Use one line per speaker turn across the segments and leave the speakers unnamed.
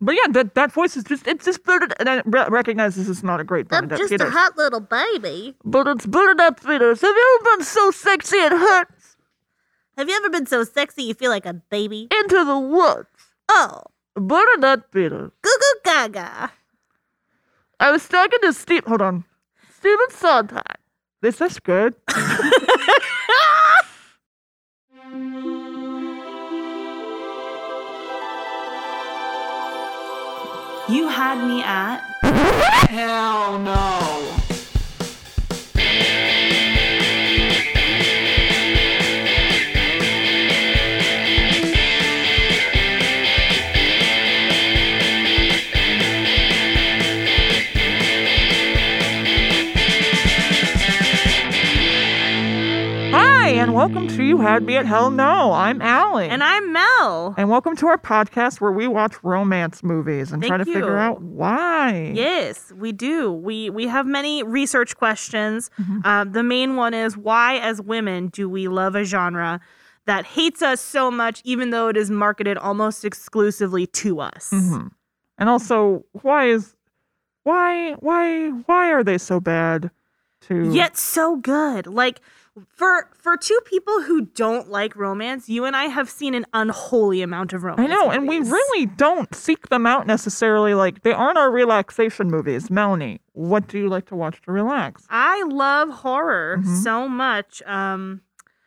but yeah, that, that voice is just it's just blurted, and I re- recognize this is not a great
I'm
Bernadette
just a
Peters,
hot little baby.
but it's Bernadette Peters. Have you ever been so sexy it hurts
Have you ever been so sexy you feel like a baby?
into the woods?
Oh,
Bernadette Peters.
goo goo gaga.
I was talking to Steve. Hold on, Steven Sondheim. Is this good?
You had me at.
Hi, and welcome to You Had Me at Hell No. I'm Allie.
And I'm Mel.
And welcome to our podcast where we watch romance movies and try to
Thank you.
figure out why.
Yes, we do. We we have many research questions.
Mm-hmm.
Uh, the main one is why, as women, do we love a genre that hates us so much, even though it is marketed almost exclusively to us?
Mhm. And also, why is why why why are they so bad? To
Yet so good. Like for for two people who don't like romance, you and I have seen an unholy amount of
I
romance.
know, and we
movies.
really don't seek them out necessarily. Like they aren't our relaxation movies. Melanie, what do you like to watch to relax?
I love horror
Mhm.
so much. Um,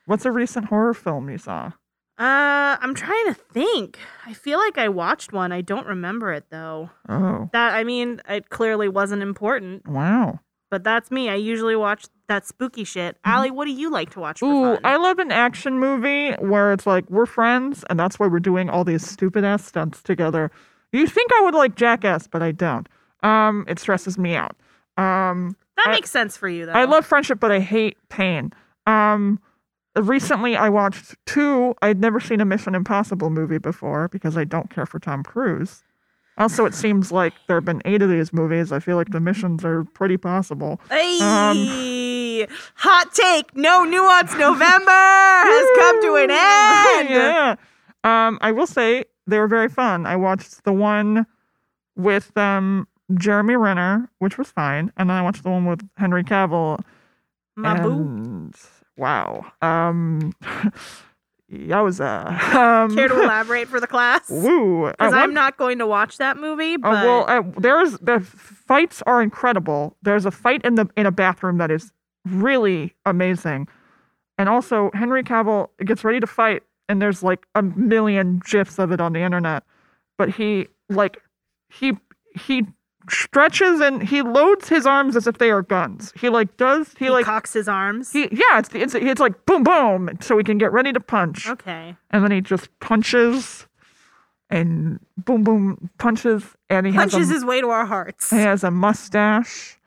What's a recent horror film you saw?
uh, I'm trying to think. I feel like I watched one. I don't remember it though.
Oh
That I mean, it clearly wasn't important,
wow!
but that's me. I usually watch that spooky shit. Allie, what do you like to watch? For
Mm-hmm. Ooh,
fun?
I love an action movie where it's like we're friends, and that's why we're doing all these stupid ass stunts together. You think I would like Jackass, but I don't. Um, it stresses me out. Um,
that
I-
makes sense for you though.
I love friendship, but I hate pain. Um, recently, I watched two. I'd never seen a Mission Impossible movie before because I don't care for Tom Cruise. Also, it seems like there have been eight of these movies. I feel like the missions are pretty possible.
Hey,
Um.
hot take. No nuance. November has come to an end.
yeah. Um, I will say they were very fun. I watched the one with um, Jeremy Renner, which was fine, and then I watched the one with Henry Cavill. Um,
My boo.
and- Wow. Um, yowza. Um,
Care to elaborate for the class?
Woo. At
Because I'm
one-
not going to watch that movie. But
uh, well, uh, there's the fights are incredible. There's a fight in the in a bathroom that is really amazing, and also Henry Cavill gets ready to fight, and there's like a million gifs of it on the internet, but he like he he stretches and he loads his arms as if they are guns. He like does he,
he
like
cocks his arms.
he yeah it's it's it's like boom boom so he can get ready to punch
okay.
and then he just punches and boom boom punches and he
Punches
has a,
his way to our hearts.
he has a mustache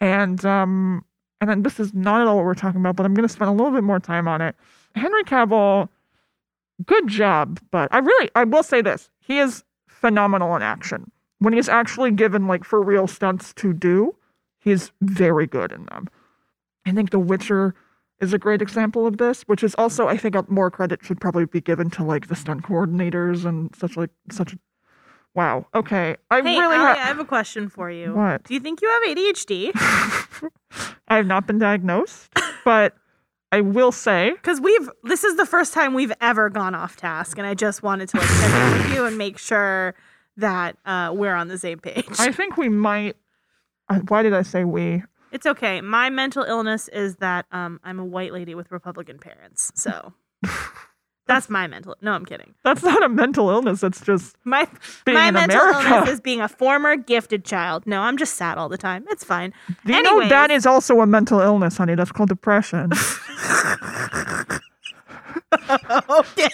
and um and then this is not at all what we're talking about but i'm going to spend a little bit more time on it henry cavill good job but i really i will say this he is phenomenal in action when he's actually given like for real stunts to do he's very good in them i think the witcher is a great example of this which is also i think more credit should probably be given to like the stunt coordinators and such like such wow okay i
Hey, oh,
really
Allie,
ha-
I have a question for you.
What?
Do you think you have ADHD?
I have not been diagnosed, but I will say
Because we've this is the first time we've ever gone off task, and I just wanted to like check in with you and make sure that uh, we're on the same page.
I think we might. uh, Why did I say we?
It's okay. My mental illness is that um, I'm a white lady with Republican parents. So that's my mental. No, I'm kidding.
That's not a mental illness. That's just
My
Being
my
in
mental
America.
illness is being a former gifted child. No, I'm just sad all the time. It's fine.
Do you know that is also a mental illness, honey. That's called depression.
okay.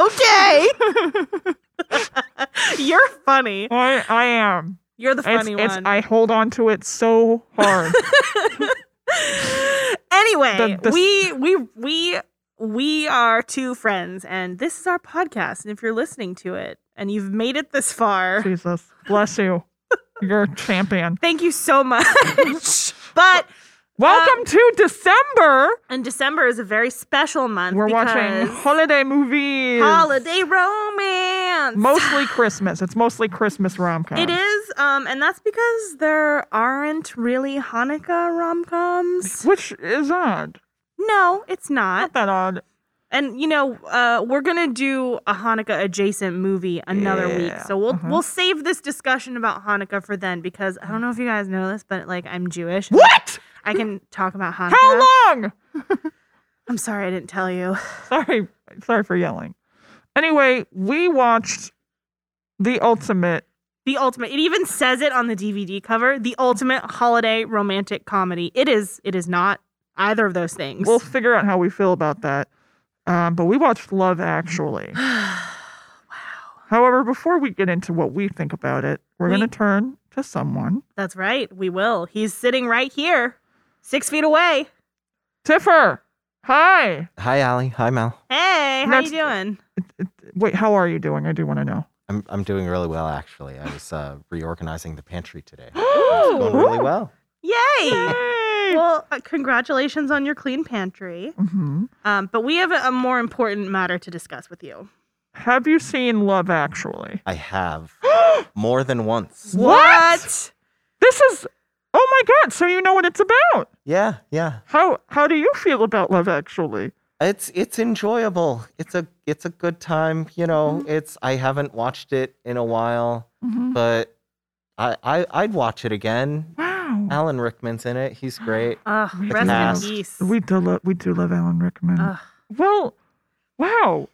okay. You're funny.
I, I am.
You're the
It's,
funny
it's,
one.
I hold on to it so hard.
anyway,
The- the-
we we we we are two friends, and this is our podcast. And if you're listening to it and you've made it this far,
Jesus, bless you. You're a champion.
thank you so much. but
Welcome to December.
and December is a very special month.
We're watching
because
holiday movies.
holiday romance. romance.
Mostly Christmas. It's mostly Christmas rom com.
It is, um, and that's because there aren't really Hanukkah rom coms.
Which is odd.
No, it's not.
Not that odd.
And you know, uh, we're gonna do a Hanukkah adjacent movie another week,
Yeah,
so we'll
uh-huh.
we'll save this discussion about Hanukkah for then because I don't know if you guys know this, but like I'm Jewish. and
What?
I can talk about Hanukkah.
How long?
I'm sorry I didn't tell you.
Sorry. Sorry for yelling. Anyway, we watched the ultimate.
The ultimate. It even says it on the DVD cover. The ultimate holiday romantic comedy. It is. It is not either of those things.
We'll figure out how we feel about that. Um, but we watched Love Actually. However, before we get into what we think about it, we're
We-
going to turn to someone.
That's right. We will. He's sitting right here, six feet away.
Tiffer. Hi.
Hi, Allie. Hi, Mal.
Hey, how
That's-
you doing?
Wait, how are you doing? I do want to know.
I'm, I'm doing really well, actually. I was uh, reorganizing the pantry today.
Ooh.
Going really well.
Yay!
Yay.
Well, uh, congratulations on your clean pantry.
Mhm.
Um, but we have a, a more important matter to discuss with you.
Have you seen Love Actually?
I have more than once.
What? This is Oh my god, so you know what it's about.
Yeah, yeah.
How how do you feel about Love Actually?
It's it's enjoyable. It's a it's a good time. You know,
Mm-hmm.
it's I haven't watched it in a while,
Mhm.
but I, I I'd watch it again.
Wow.
Alan Rickman's in it. He's great.
Ugh,
It's
rest
nasty.
in peace.
we do love we do love Alan Rickman.
Ugh.
well, wow.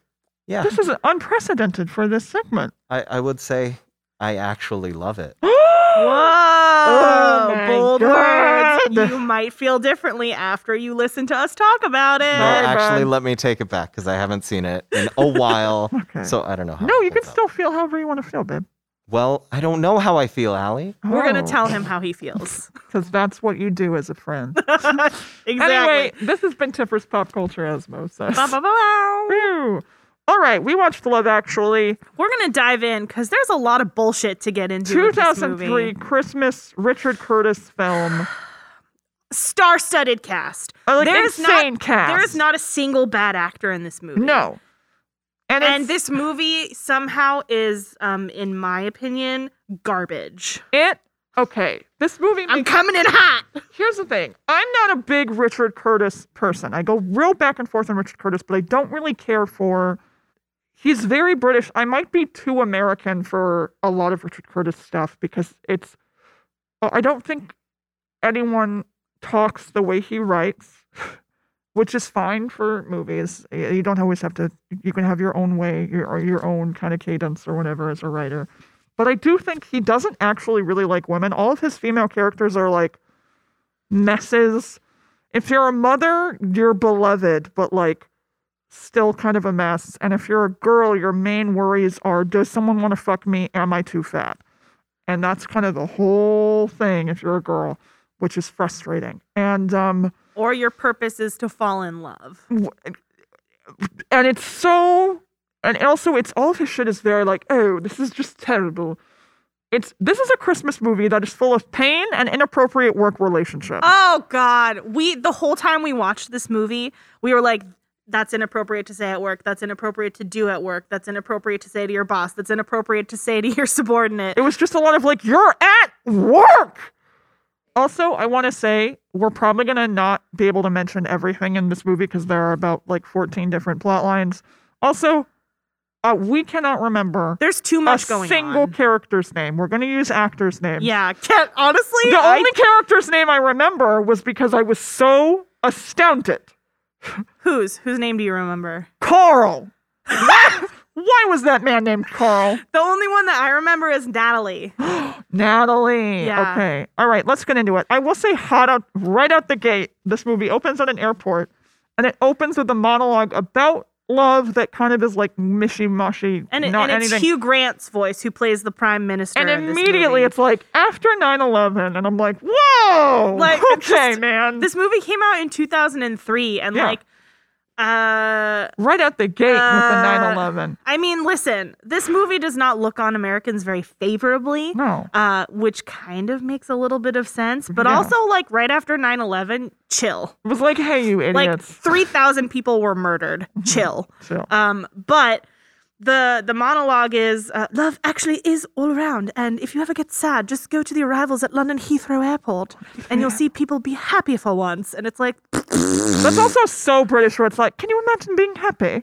Yeah,
This is unprecedented for this segment.
I, I would say I actually love it.
Oh
Whoa!
my
bold
God.
words. You might feel differently after you listen to us talk about it.
No,
Very
actually,
bad.
let me take it back because I haven't seen it in a while.
Okay.
So I don't know how.
no,
it
you can
holds up.
still feel however you want to feel, babe. Oh.
Well, I don't know how I feel, Allie.
We're gonna tell him how he feels.
because that's what you do as a friend.
exactly.
Anyway, this has been Tiffer's pop culture osmosis.
Ba, ba, ba, ba.
Woo. All right, we watched Love Actually,
We're gonna dive in because there's a lot of bullshit to get into. with this movie.
2003 Christmas Richard Curtis film.
star-studded cast.
Oh, like
there is
insane
not,
cast.
There is not a single bad actor in this movie.
No, and,
and
it's-
this movie somehow is, um, in my opinion, garbage.
it okay. This movie.
I'm coming in hot.
here's the thing: I'm not a big Richard Curtis person. I go real back and forth on Richard Curtis, but I don't really care for. He's very British. I might be too American for a lot of Richard Curtis stuff because it's. oh, I don't think anyone talks the way he writes, which is fine for movies. Y- You don't always have to. You can have your own way, your or your own kind of cadence or whatever as a writer. But I do think he doesn't actually really like women. All of his female characters are like messes. If you're a mother, you're beloved, but like still kind of a mess. And if you're a girl, your main worries are does someone want to fuck me? Am I too fat? And that's kind of the whole thing if you're a girl, which is frustrating. And um
Or your purpose is to fall in love.
w- and it's so and also it's all of his shit is very like, oh, this is just terrible. It's this is a Christmas movie that is full of pain and inappropriate work relationships.
Oh God, we the whole time we watched this movie, we were like, "That's inappropriate to say at work. That's inappropriate to do at work. That's inappropriate to say to your boss. That's inappropriate to say to your subordinate."
It was just a lot of like, you're at work. Also, I want to say we're probably going to not be able to mention everything in this movie because there are about like 14 different plot lines. Also, uh, we cannot remember
There's too
a
much going
single
on.
character's name. We're going to use actors' names.
Yeah, can't, honestly,
The
I-
only character's name I remember was because I was so astounded.
whose whose name do you remember?
Carl. Why was that man named Carl?
The only one that I remember is Natalie.
Natalie.
Yeah.
Okay. All right. Let's get into it. I will say, hot out right out the gate. This movie opens at an airport, and it opens with a monologue about love that kind of is like mishy mushy,
And, it,
not
and it's
anything.
Hugh Grant's voice who plays the prime minister.
and
in this
immediately
movie.
it's like after 9-11 and i'm like whoa
Like, it's
okay
just-
man
this movie came out in 2003, and
Yeah.
like, uh,
right out the gate
Uh,
with the 9-11
I mean, listen, this movie does not look on Americans very favorably.
no
Uh, which kind of makes a little bit of sense, but
Yeah.
also like right after 9 11, chill.
it was like hey you
Like
idiots
3,000 people were murdered, chill.
So-
Um, but the the monologue is uh, love actually is all around and if you ever get sad just go to the arrivals at london heathrow airport and you'll see people be happy for once and it's like
That's also so British where it's like, can you imagine being happy?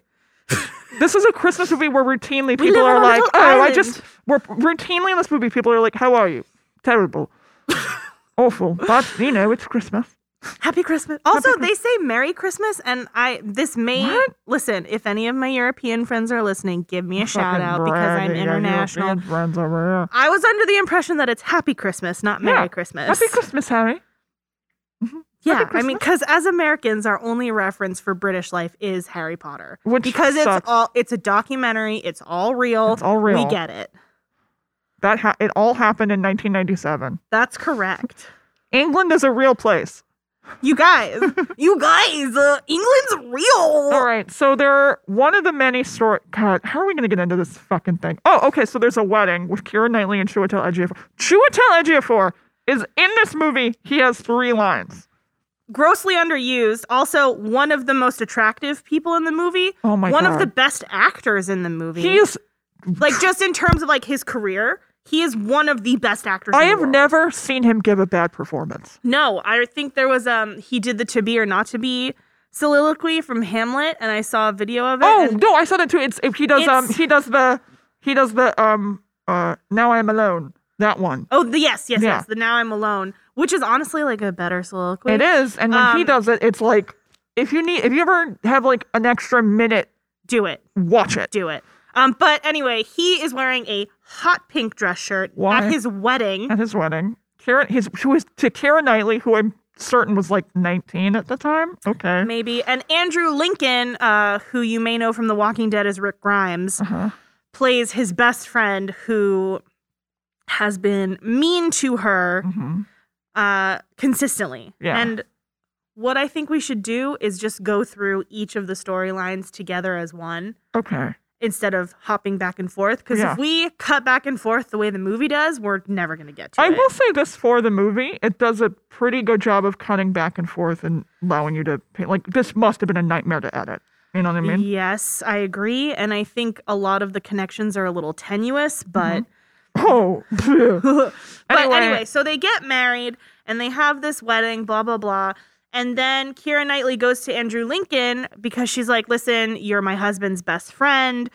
this is a Christmas movie where routinely people
live
are
on a
like,
little
oh, I
island."
just, we're routinely in this movie, people are like, how are you? Terrible. Awful. But, you know, it's Christmas.
happy christmas also they say merry christmas and i this may listen if any of my european friends are listening give me a shout out because i'm international
Friends over
i was under the impression that it's happy christmas not
Yeah.
merry christmas
here. Happy Christmas, Harry.
Yeah,
Happy
I mean, because as Americans, our only reference for British life is Harry Potter,
Which
because it's
sucks.
all it's a documentary, it's all real,
It's all real.
We get it.
That ha- it all happened in 1997.
That's correct.
England is a real place.
You guys, you guys, uh, England's real.
All right, so there are one of the many story. God, how are we going to get into this fucking thing? Oh, okay, so there's a wedding with Kira Knightley and Chiwetel Ejiofor. Chiwetel Ejiofor is in this movie. He has three lines.
Grossly underused. Also, one of the most attractive people in the movie.
Oh my
One of
God.
the best actors in the movie.
He is.
like just in terms of like his career, he is one of the best actors.
I
in the
have
world.
never seen him give a bad performance.
No, I think there was um he did the to be or not to be soliloquy from Hamlet, and I saw a video of it.
Oh
and
no, I saw that too. It's if he does um
It's-
he does the he does the um uh now I am alone that one.
oh the, yes, yes,
Yeah.
yes. The now I'm alone, which is honestly like a better soliloquy.
It is, and when he
Um,
does it, it's like if you need if you ever have like an extra minute,
Do it,
watch it.
do it. Um, but anyway, he is wearing a hot pink dress shirt
Why?
at his wedding.
at his wedding. Karen, his who was to Karen Knightley, who I'm certain was like 19 at the time. Okay,
Maybe and Andrew Lincoln, uh, who you may know from The Walking Dead as Rick Grimes,
Uh-huh.
plays his best friend who has been mean to her
Mhm.
uh, consistently.
Yeah.
And what I think we should do is just go through each of the storylines together as one
okay,
instead of hopping back and forth. Because
Yeah.
if we cut back and forth the way the movie does, we're never going to get to
I
it.
will say this for the movie, it does a pretty good job of cutting back and forth and allowing you to paint. Like this must have been a nightmare to edit. You know what I mean?
Yes, I agree. And I think a lot of the connections are a little tenuous, but.
Oh,
But
Anyway.
anyway. so they get married and they have this wedding, blah, blah, blah. And then Kira Knightley goes to Andrew Lincoln because she's like, listen, you're my husband's best friend.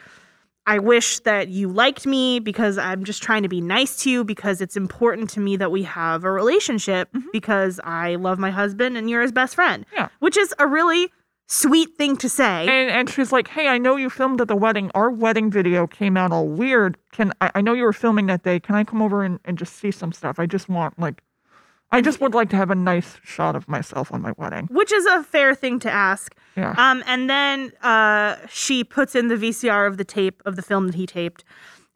I wish that you liked me because I'm just trying to be nice to you because it's important to me that we have a relationship because I love my husband and you're his best friend.
Mm-hmm. Yeah.
Which is a really sweet thing to say.
and and she's like, hey, I know you filmed at the wedding. Our wedding video came out all weird. Can I, I know you were filming that day? Can I come over and, and just see some stuff? I just want like, I just would like to have a nice shot of myself on my wedding.
which is a fair thing to ask.
Yeah.
Um, and then uh, she puts in the VCR of the tape of the film that he taped,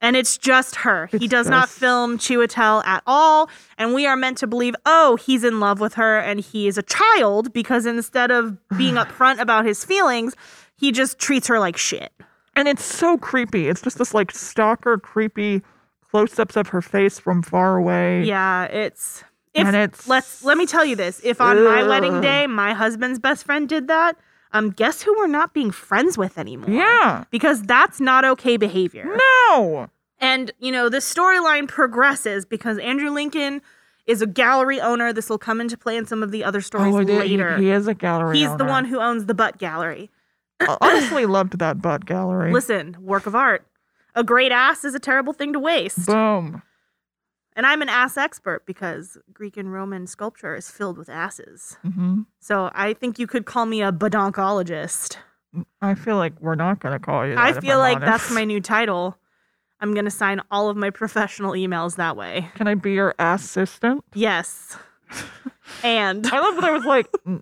and it's just her. he
It's
does not
just-
film Chiwetel at all, and we are meant to believe, oh, he's in love with her, and he is a child because instead of being upfront about his feelings, he just treats her like shit.
And it's so creepy. It's just this like stalker, creepy close ups of her face from far away.
Yeah, it's. If,
And it's-
let's let me tell you this. If on my wedding
Ugh.
day my husband's best friend did that, um, guess who we're not being friends with anymore?
Yeah.
because that's not okay behavior.
No.
And, you know, the storyline progresses because Andrew Lincoln is a gallery owner. This will come into play in some of the other stories
Oh, it- he,
later.
he is a gallery.
He's the
owner.
one who owns the butt gallery.
I honestly loved that butt gallery.
Listen, work of art. A great ass is a terrible thing to waste.
Boom.
and I'm an ass expert because Greek and Roman sculpture is filled with asses.
hmm
So I think you could call me a badonkologist.
I feel like we're not going to call you. That
I
if I'm
feel like
honest.
that's my new title. I'm going to sign all of my professional emails that way.
Can I be your assistant?
Yes. and
I love that I was like,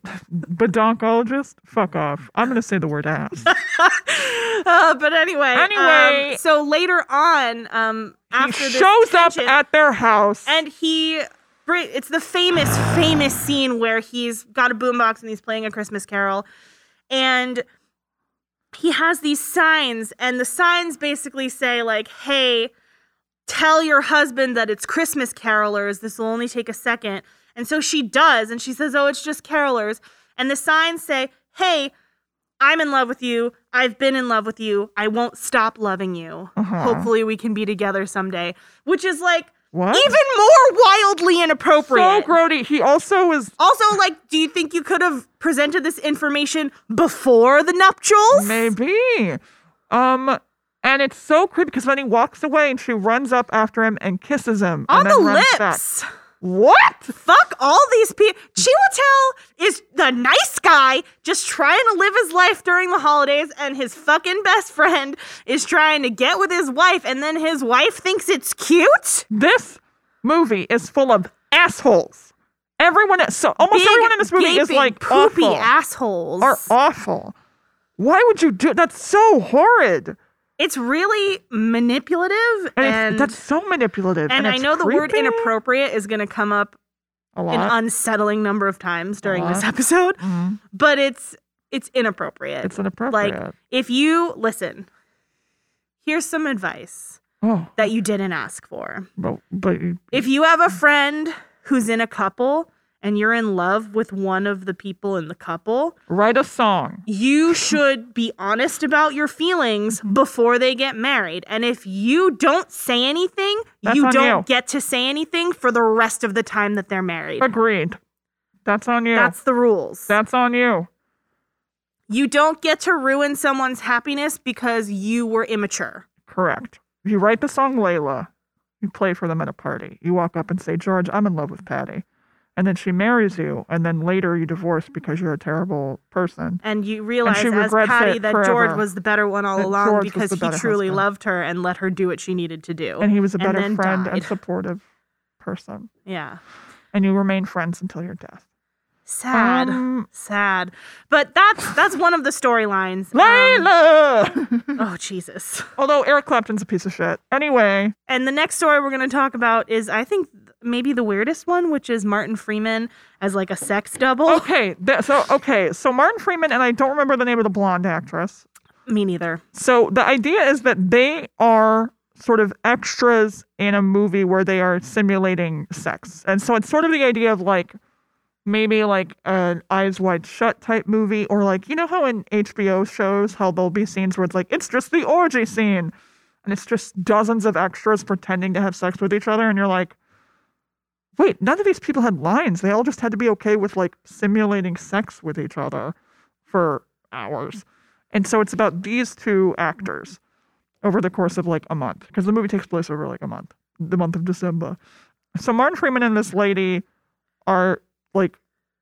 badonkologist? Fuck off. I'm going to say the word ass.
Uh, but anyway, um,
Anyway.
so later on, um,
he
after this
shows up
tension-
at their house.
and he, br- it's the famous, famous scene where he's got a boombox and he's playing a Christmas Carol, and he has these signs, and the signs basically say like, "Hey, tell your husband that it's Christmas carolers. This will only take a second. And so she does, and she says, Oh, it's just carolers. And the signs say, Hey, I'm in love with you. I've been in love with you. I won't stop loving you.
Uh-huh.
Hopefully, we can be together someday, which is like
What?
even more wildly inappropriate.
so grody. He also was
also, like, do you think you could have presented this information before the nuptials?
Maybe. Um, and it's so creepy because when he walks away and she runs up after him and kisses him
On
and then
the
runs back.
lips.
What?
Fuck all these people. Chiwetel is the nice guy just trying to live his life during the holidays, and his fucking best friend is trying to get with his wife, and then his wife thinks it's cute?
This movie is full of assholes. Everyone, so almost
Big,
everyone in this movie is
gaping,
like
poopy
awful,
assholes.
are awful. Why would you do? That's so horrid,
it's really manipulative,
and, it's-
and,
that's so manipulative.
and I
it's
know the word
creepy
inappropriate is going to come up
A
an
lot.
unsettling number of times during this
Uh-huh.
episode,
Mhm.
but it's it's inappropriate.
It's inappropriate.
If you listen, here's some advice
oh,
that you didn't ask for.
but, but you-
If you have a friend who's in a couple and you're in love with one of the people in the couple,
write a song.
you should be honest about your feelings before they get married. And if you don't say anything,
That's
you
on
don't
you.
get to say anything for the rest of the time that they're married.
Agreed. That's on you.
That's the rules.
That's on you.
you don't get to ruin someone's happiness because you were immature.
Correct. You write the song Layla. You play for them at a party. You walk up and say, George, I'm in love with Patty. And then she marries you. And then later you divorce because you're a terrible person.
And you realize
she
as
regrets
Patty
it
that
forever.
George was the better one all
That
along
George was
because
the
he
better
truly
husband.
loved her and let her do what she needed to do.
And he was a
And
better
then
friend
died.
and supportive person.
yeah.
And you remain friends until your death.
Sad.
Um,
Sad. But that's that's one of the storylines. Um,
Layla!
oh Jesus.
Although Eric Clapton's a piece of shit. Anyway,
And the next story we're going to talk about is I think maybe the weirdest one, which is Martin Freeman as like a sex double.
okay. th- so, okay. So Martin Freeman, and I don't remember the name of the blonde actress.
Me neither.
So the idea is that they are sort of extras in a movie where they are simulating sex. And so it's sort of the idea of like maybe like an eyes wide shut type movie or like you know how in HBO shows how there'll be scenes where it's like it's just the orgy scene and it's just dozens of extras pretending to have sex with each other and you're like wait, none of these people had lines. They all just had to be okay with like simulating sex with each other for hours. And so it's about these two actors over the course of like a month, because the movie takes place over like a month, the month of December. So Martin Freeman and this lady are like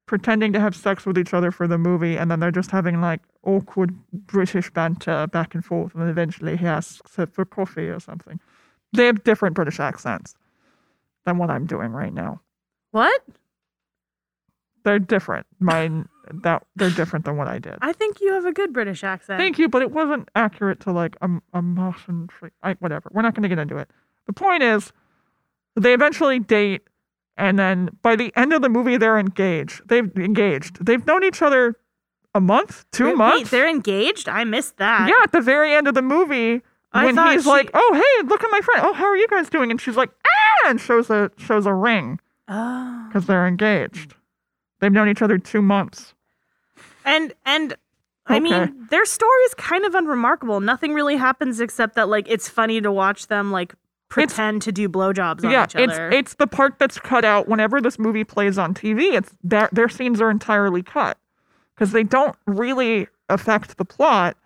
pretending to have sex with each other for the movie, and then they're just having like awkward British banter back and forth, and then eventually he asks her for coffee or something. They have different British accents than what I'm doing right now.
What?
They're different. Mine that they're different than what I did.
I think you have a good British accent.
Thank you, but it wasn't accurate to like a, a Martian tree. I, whatever. We're not going to get into it. The point is, they eventually date, and then by the end of the movie, they're engaged. They've engaged. They've known each other a month, two
Wait,
months.
they're engaged? I missed that.
yeah, at the very end of the movie,
I
when
thought
he's
she-
like, "Oh, hey, look at my friend. Oh, how are you guys doing?" and she's like, "Ah," and shows a shows a ring
Oh.
because they're engaged. They've known each other two months.
And and I
Okay.
mean, their story is kind of unremarkable. Nothing really happens except that like it's funny to watch them like pretend to do blowjobs on
yeah,
each other.
it's it's the part that's cut out whenever this movie plays on TV. It's their their scenes are entirely cut because they don't really affect the plot,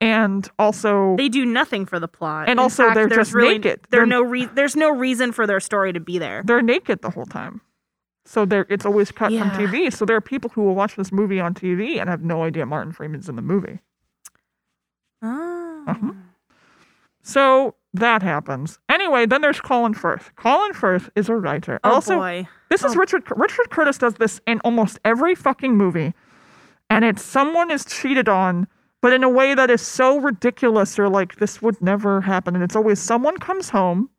and also
they do nothing for the plot.
And
In
also,
fact,
they're
there's
just
really,
naked.
There
They're-
no re- there's no reason for their story to be there.
they're naked the whole time. So they're it's always cut
Yeah.
from TV. So there are people who will watch this movie on TV and have no idea Martin Freeman's in the movie.
Oh.
Uh-huh. So that happens. Anyway, then there's Colin Firth. Colin Firth is a writer.
Oh,
also,
boy.
This is Richard Richard Curtis does this in almost every fucking movie. And it's someone is cheated on, but in a way that is so ridiculous or like this would never happen. And it's always someone comes home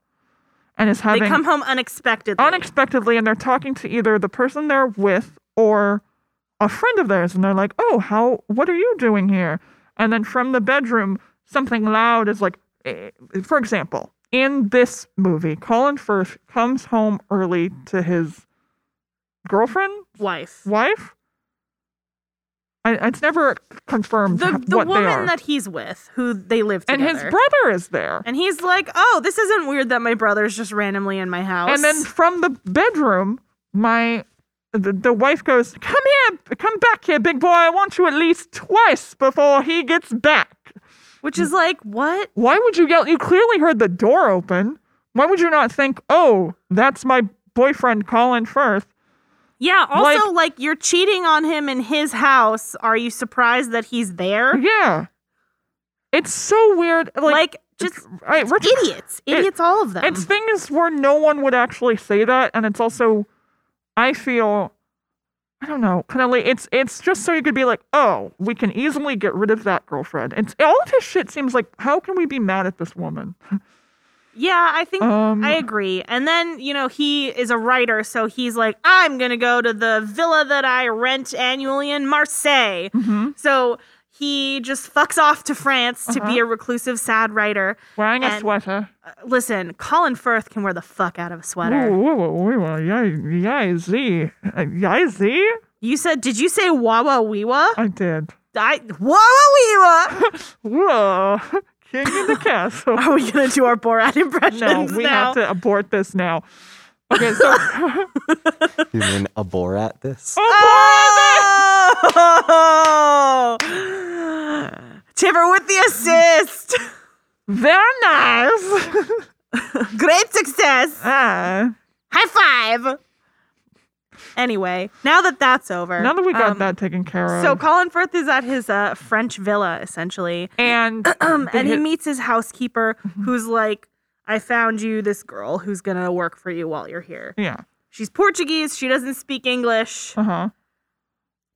and is
They
having
come home unexpectedly.
unexpectedly and they're talking to either the person they're with or a friend of theirs and they're like, "Oh, how what are you doing here?" And then from the bedroom, something loud is like eh, for example, in this movie, Colin Firth comes home early to his girlfriend,
Wife.
wife I, it's never confirmed
The
h-
the
what they are.
woman that he's with, who they live
and
together,
his brother is there.
and he's like, "Oh, this isn't weird that my brother's just randomly in my house."
And then from the bedroom, my the, the wife goes, "Come here, come back here, big boy. I want you at least twice before he gets back."
which is like, "What?
Why would you yell? You clearly heard the door open. Why would you not think, "Oh, that's my boyfriend Colin Firth."
Yeah. Also,
Like-
like you're cheating on him in his house. Are you surprised that he's there?
Yeah, it's so weird. Like,
like just
I, Richard,
idiots, idiots, all of them.
It's things where no one would actually say that, and it's also, I feel, I don't know, kind of like it's it's just so you could be like, oh, we can easily get rid of that girlfriend. It's all of his shit seems like, how can we be mad at this woman?
Yeah, I think
Um,
I agree. And then, you know, he is a writer, so he's like, I'm going to go to the villa that I rent annually in Marseille.
Mhm.
So he just fucks off to France to be
Uh-huh.
a reclusive, sad writer.
Wearing a
And-
sweater.
Uh, Listen, Colin Firth can wear the fuck out of a sweater.
Whoa, whoa, whoa, whoa, whoa, yay, yay, Z, Uh, yay, Z.
You said, did you say wawa weewa?
I did.
I wawa weewa.
Whoa, king of the castle.
Are we going to do our Borat impressions
No, we
now?
have to abort this now. Okay, so
You mean a Borat this?
Oh! Timber with the assist.
they're nice.
Great success.
Ah.
High five. Anyway, now that that's over.
Now that we got
um,
that taken care of.
So Colin Firth is at his uh, French villa, essentially.
and
Um, and he
hit-
meets his housekeeper
Mm-hmm.
who's like, I found you this girl who's going to work for you while you're here.
yeah,
She's Portuguese. She doesn't speak English
uh huh.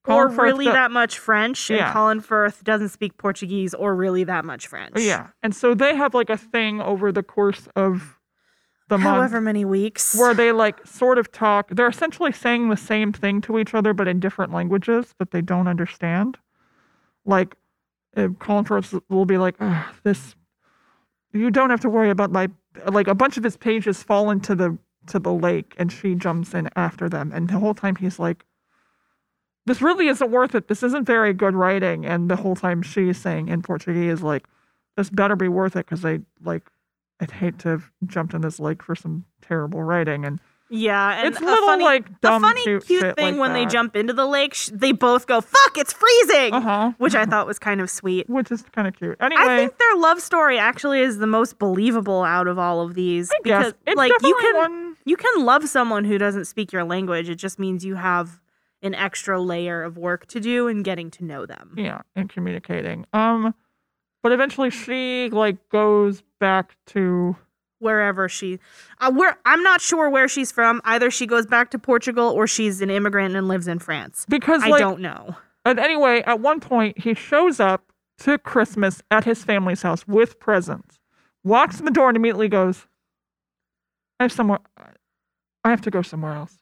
or really that much French. And
Yeah.
Colin Firth doesn't speak Portuguese or really that much French.
Yeah, and so they have like a thing over the course of the
however
month
many weeks.
where they like sort of talk. They're essentially saying the same thing to each other, but in different languages that they don't understand. Like, uh, Colin Firth will be like, "Ugh, "This, you don't have to worry about my like a bunch of his pages fall into the to the lake, and she jumps in after them, and the whole time he's like, this really isn't worth it. This isn't very good writing. And the whole time she's saying in Portuguese, like, this better be worth it because they like, I'd hate to have jumped in this lake for some terrible writing. And
yeah, and
it's
a
little
funny,
like
the
dumb,
funny
cute,
cute
shit
thing
like
when they
that.
jump into the lake, sh- they both go "fuck, it's freezing,"
uh-huh,
which I thought was kind of sweet.
which is kind of cute. Anyway,
I think their love story actually is the most believable out of all of these
I guess
because,
it's
like, you
definitely
can
one.
you can love someone who doesn't speak your language. It just means you have an extra layer of work to do in getting to know them.
yeah and communicating um but eventually she like goes back to
wherever she uh, where I'm not sure where she's from. Either she goes back to Portugal or she's an immigrant and lives in France.
because
I
like
don't know.
and anyway at one point he shows up to christmas at his family's house with presents walks in the door and immediately goes i have somewhere i have to go somewhere else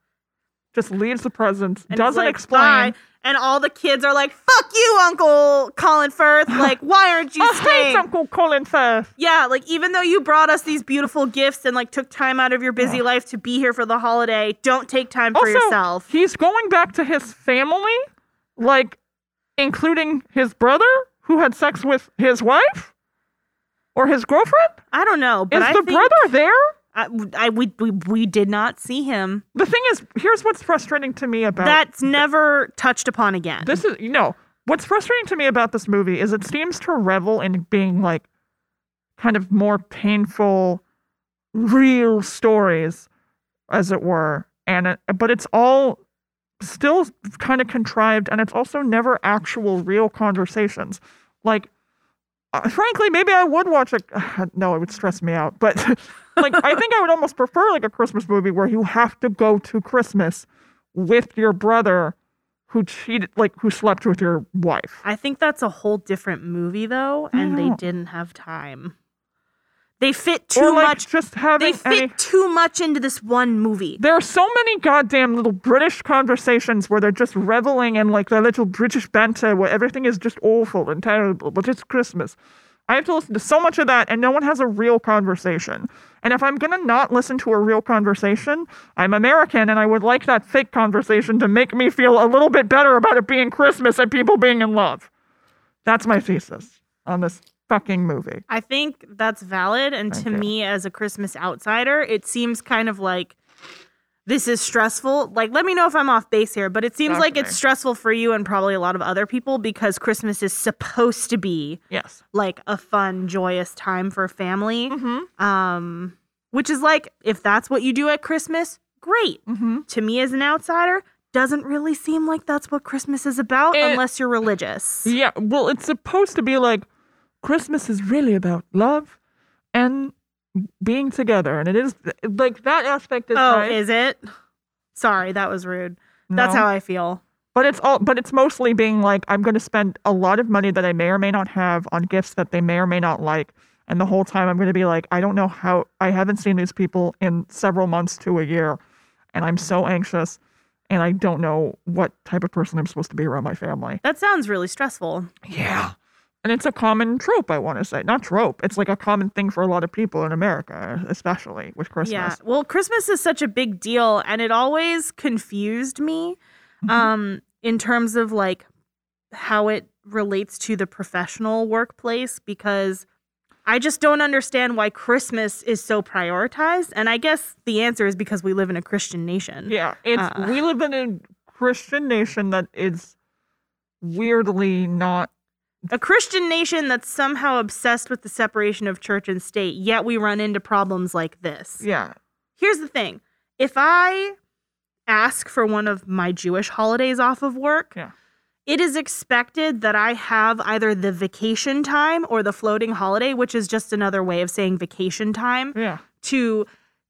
just leaves the presents
And it's
doesn't
like,
explain
"Bye." And all the kids are like, "Fuck you, Uncle Colin Firth! Like, why aren't you
oh hey
staying?"
uncle colin firth
yeah, like even though you brought us these beautiful gifts and like took time out of your busy life to be here for the holiday, don't take time for
also
yourself.
he's going back to his family like including his brother who had sex with his wife or his girlfriend
I don't know, but
Is
I
the
think
brother there?
I, I- we, we we did not see him.
The thing is, here's what's frustrating to me about
That's never touched upon again.
this is you know what's frustrating to me about this movie is it seems to revel in being like kind of more painful, real stories, as it were, and it, but it's all still kind of contrived, and it's also never actual real conversations. Like, uh, frankly, maybe I would watch a. No, it would stress me out, but like I think I would almost prefer like a Christmas movie where you have to go to Christmas with your brother who cheated, like who slept with your wife.
I think that's a whole different movie though, and they
know.
didn't have time. They fit
or
too
like
much.
just
They
having
fit
any.
too much into this one movie.
There are so many goddamn little British conversations where they're just reveling in like their little British banter where everything is just awful and terrible, but it's Christmas. I have to listen to so much of that, and no one has a real conversation. And if I'm going to not listen to a real conversation, I'm American, and I would like that fake conversation to make me feel a little bit better about it being Christmas and people being in love. That's my thesis on this fucking movie.
I think that's valid. And to
you.
me, as a Christmas outsider, it seems kind of like this is stressful. Like, let me know if I'm off base here, but it seems like
Definitely.
it's stressful for you and probably a lot of other people because Christmas is supposed to be
Yes.
like a fun, joyous time for family.
Mm-hmm.
Um, which is like, if that's what you do at Christmas, great.
Mm-hmm.
To me, as an outsider, doesn't really seem like that's what Christmas is about
It-
unless you're religious.
Yeah, well, it's supposed to be like Christmas is really about love and being together, and it is like that aspect is.
Oh,
nice.
is it? Sorry, that was rude. That's
No.
how I feel.
But it's all. But it's mostly being like I'm going to spend a lot of money that I may or may not have on gifts that they may or may not like, and the whole time I'm going to be like, I don't know how I haven't seen these people in several months to a year, and I'm so anxious, and I don't know what type of person I'm supposed to be around my family.
That sounds really stressful.
Yeah. And it's a common trope, I want to say. Not trope. It's like a common thing for a lot of people in America, especially with Christmas.
Yeah. Well, Christmas is such a big deal and it always confused me
Mm-hmm.
um in terms of like how it relates to the professional workplace because I just don't understand why Christmas is so prioritized and I guess the answer is because we live in a Christian nation.
Yeah. It's
Uh.
we live in a Christian nation that is weirdly not
A Christian nation that's somehow obsessed with the separation of church and state, yet we run into problems like this.
yeah.
here's the thing if i ask for one of my jewish holidays off of work
Yeah.
it is expected that i have either the vacation time or the floating holiday which is just another way of saying vacation time
Yeah.
to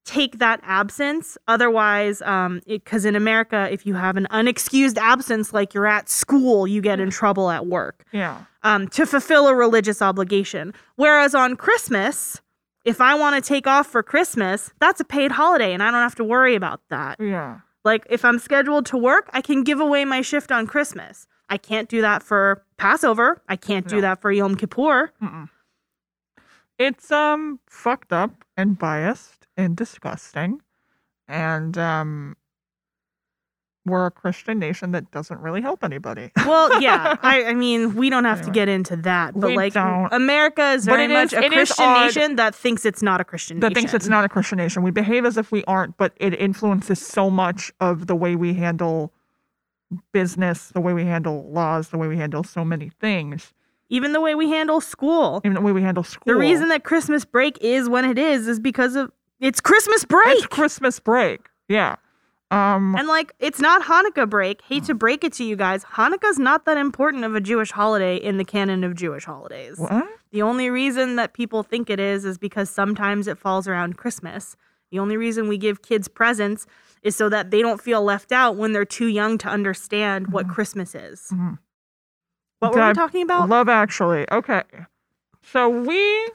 take that absence otherwise um because in america if you have an unexcused absence like you're at school you get in trouble at work
Yeah.
um, to fulfill a religious obligation. Whereas on Christmas, if I want to take off for Christmas, that's a paid holiday and I don't have to worry about that.
Yeah.
Like if I'm scheduled to work, I can give away my shift on Christmas. I can't do that for Passover. I can't do
No.
that for Yom Kippur.
Mm-mm. It's um fucked up and biased and disgusting, and um, we're a Christian nation that doesn't really help anybody.
Well, yeah. I, I mean, we don't have to
Anyway.
get into that, but
We
like
don't.
America is
But
very
it
much
is-
a
it is
Christian
odd
nation that thinks it's not a Christian
that
nation.
thinks it's not a Christian nation. We behave as if we aren't, but it influences so much of the way we handle business, the way we handle laws, the way we handle so many things,
Even the way we handle school.
even the way we handle school.
The reason that Christmas break is when it is is because of it's Christmas break.
it's Christmas break, yeah. Um,
and like it's not Hanukkah break. Hate
Mm.
to break it to you guys, Hanukkah's not that important of a Jewish holiday in the canon of Jewish holidays.
what?
The only reason that people think it is is because sometimes it falls around Christmas. The only reason we give kids presents is so that they don't feel left out when they're too young to understand what
Mm-hmm.
Christmas is.
Mhm.
What were we
Dad,
talking about?
Love Actually. Okay, so we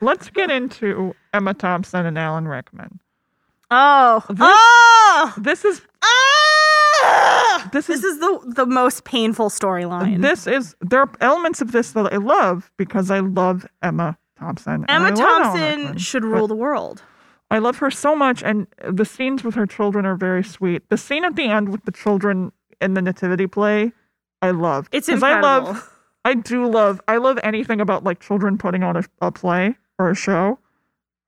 let's get into Emma Thompson and Alan Rickman.
oh,
This-
oh,
This is
Ah!
This
this
is-
is the the most painful storyline.
this is there are elements of this that I love because I love Emma Thompson. and I
Emma
love Alan
Thompson
Rickman,
should
but-
rule the world.
I love her so much, and the scenes with her children are very sweet. The scene at the end with the children in the nativity play, I loved.
It's
'Cause
incredible.
I love, I do love, I love anything about like children putting on a, a play or a show.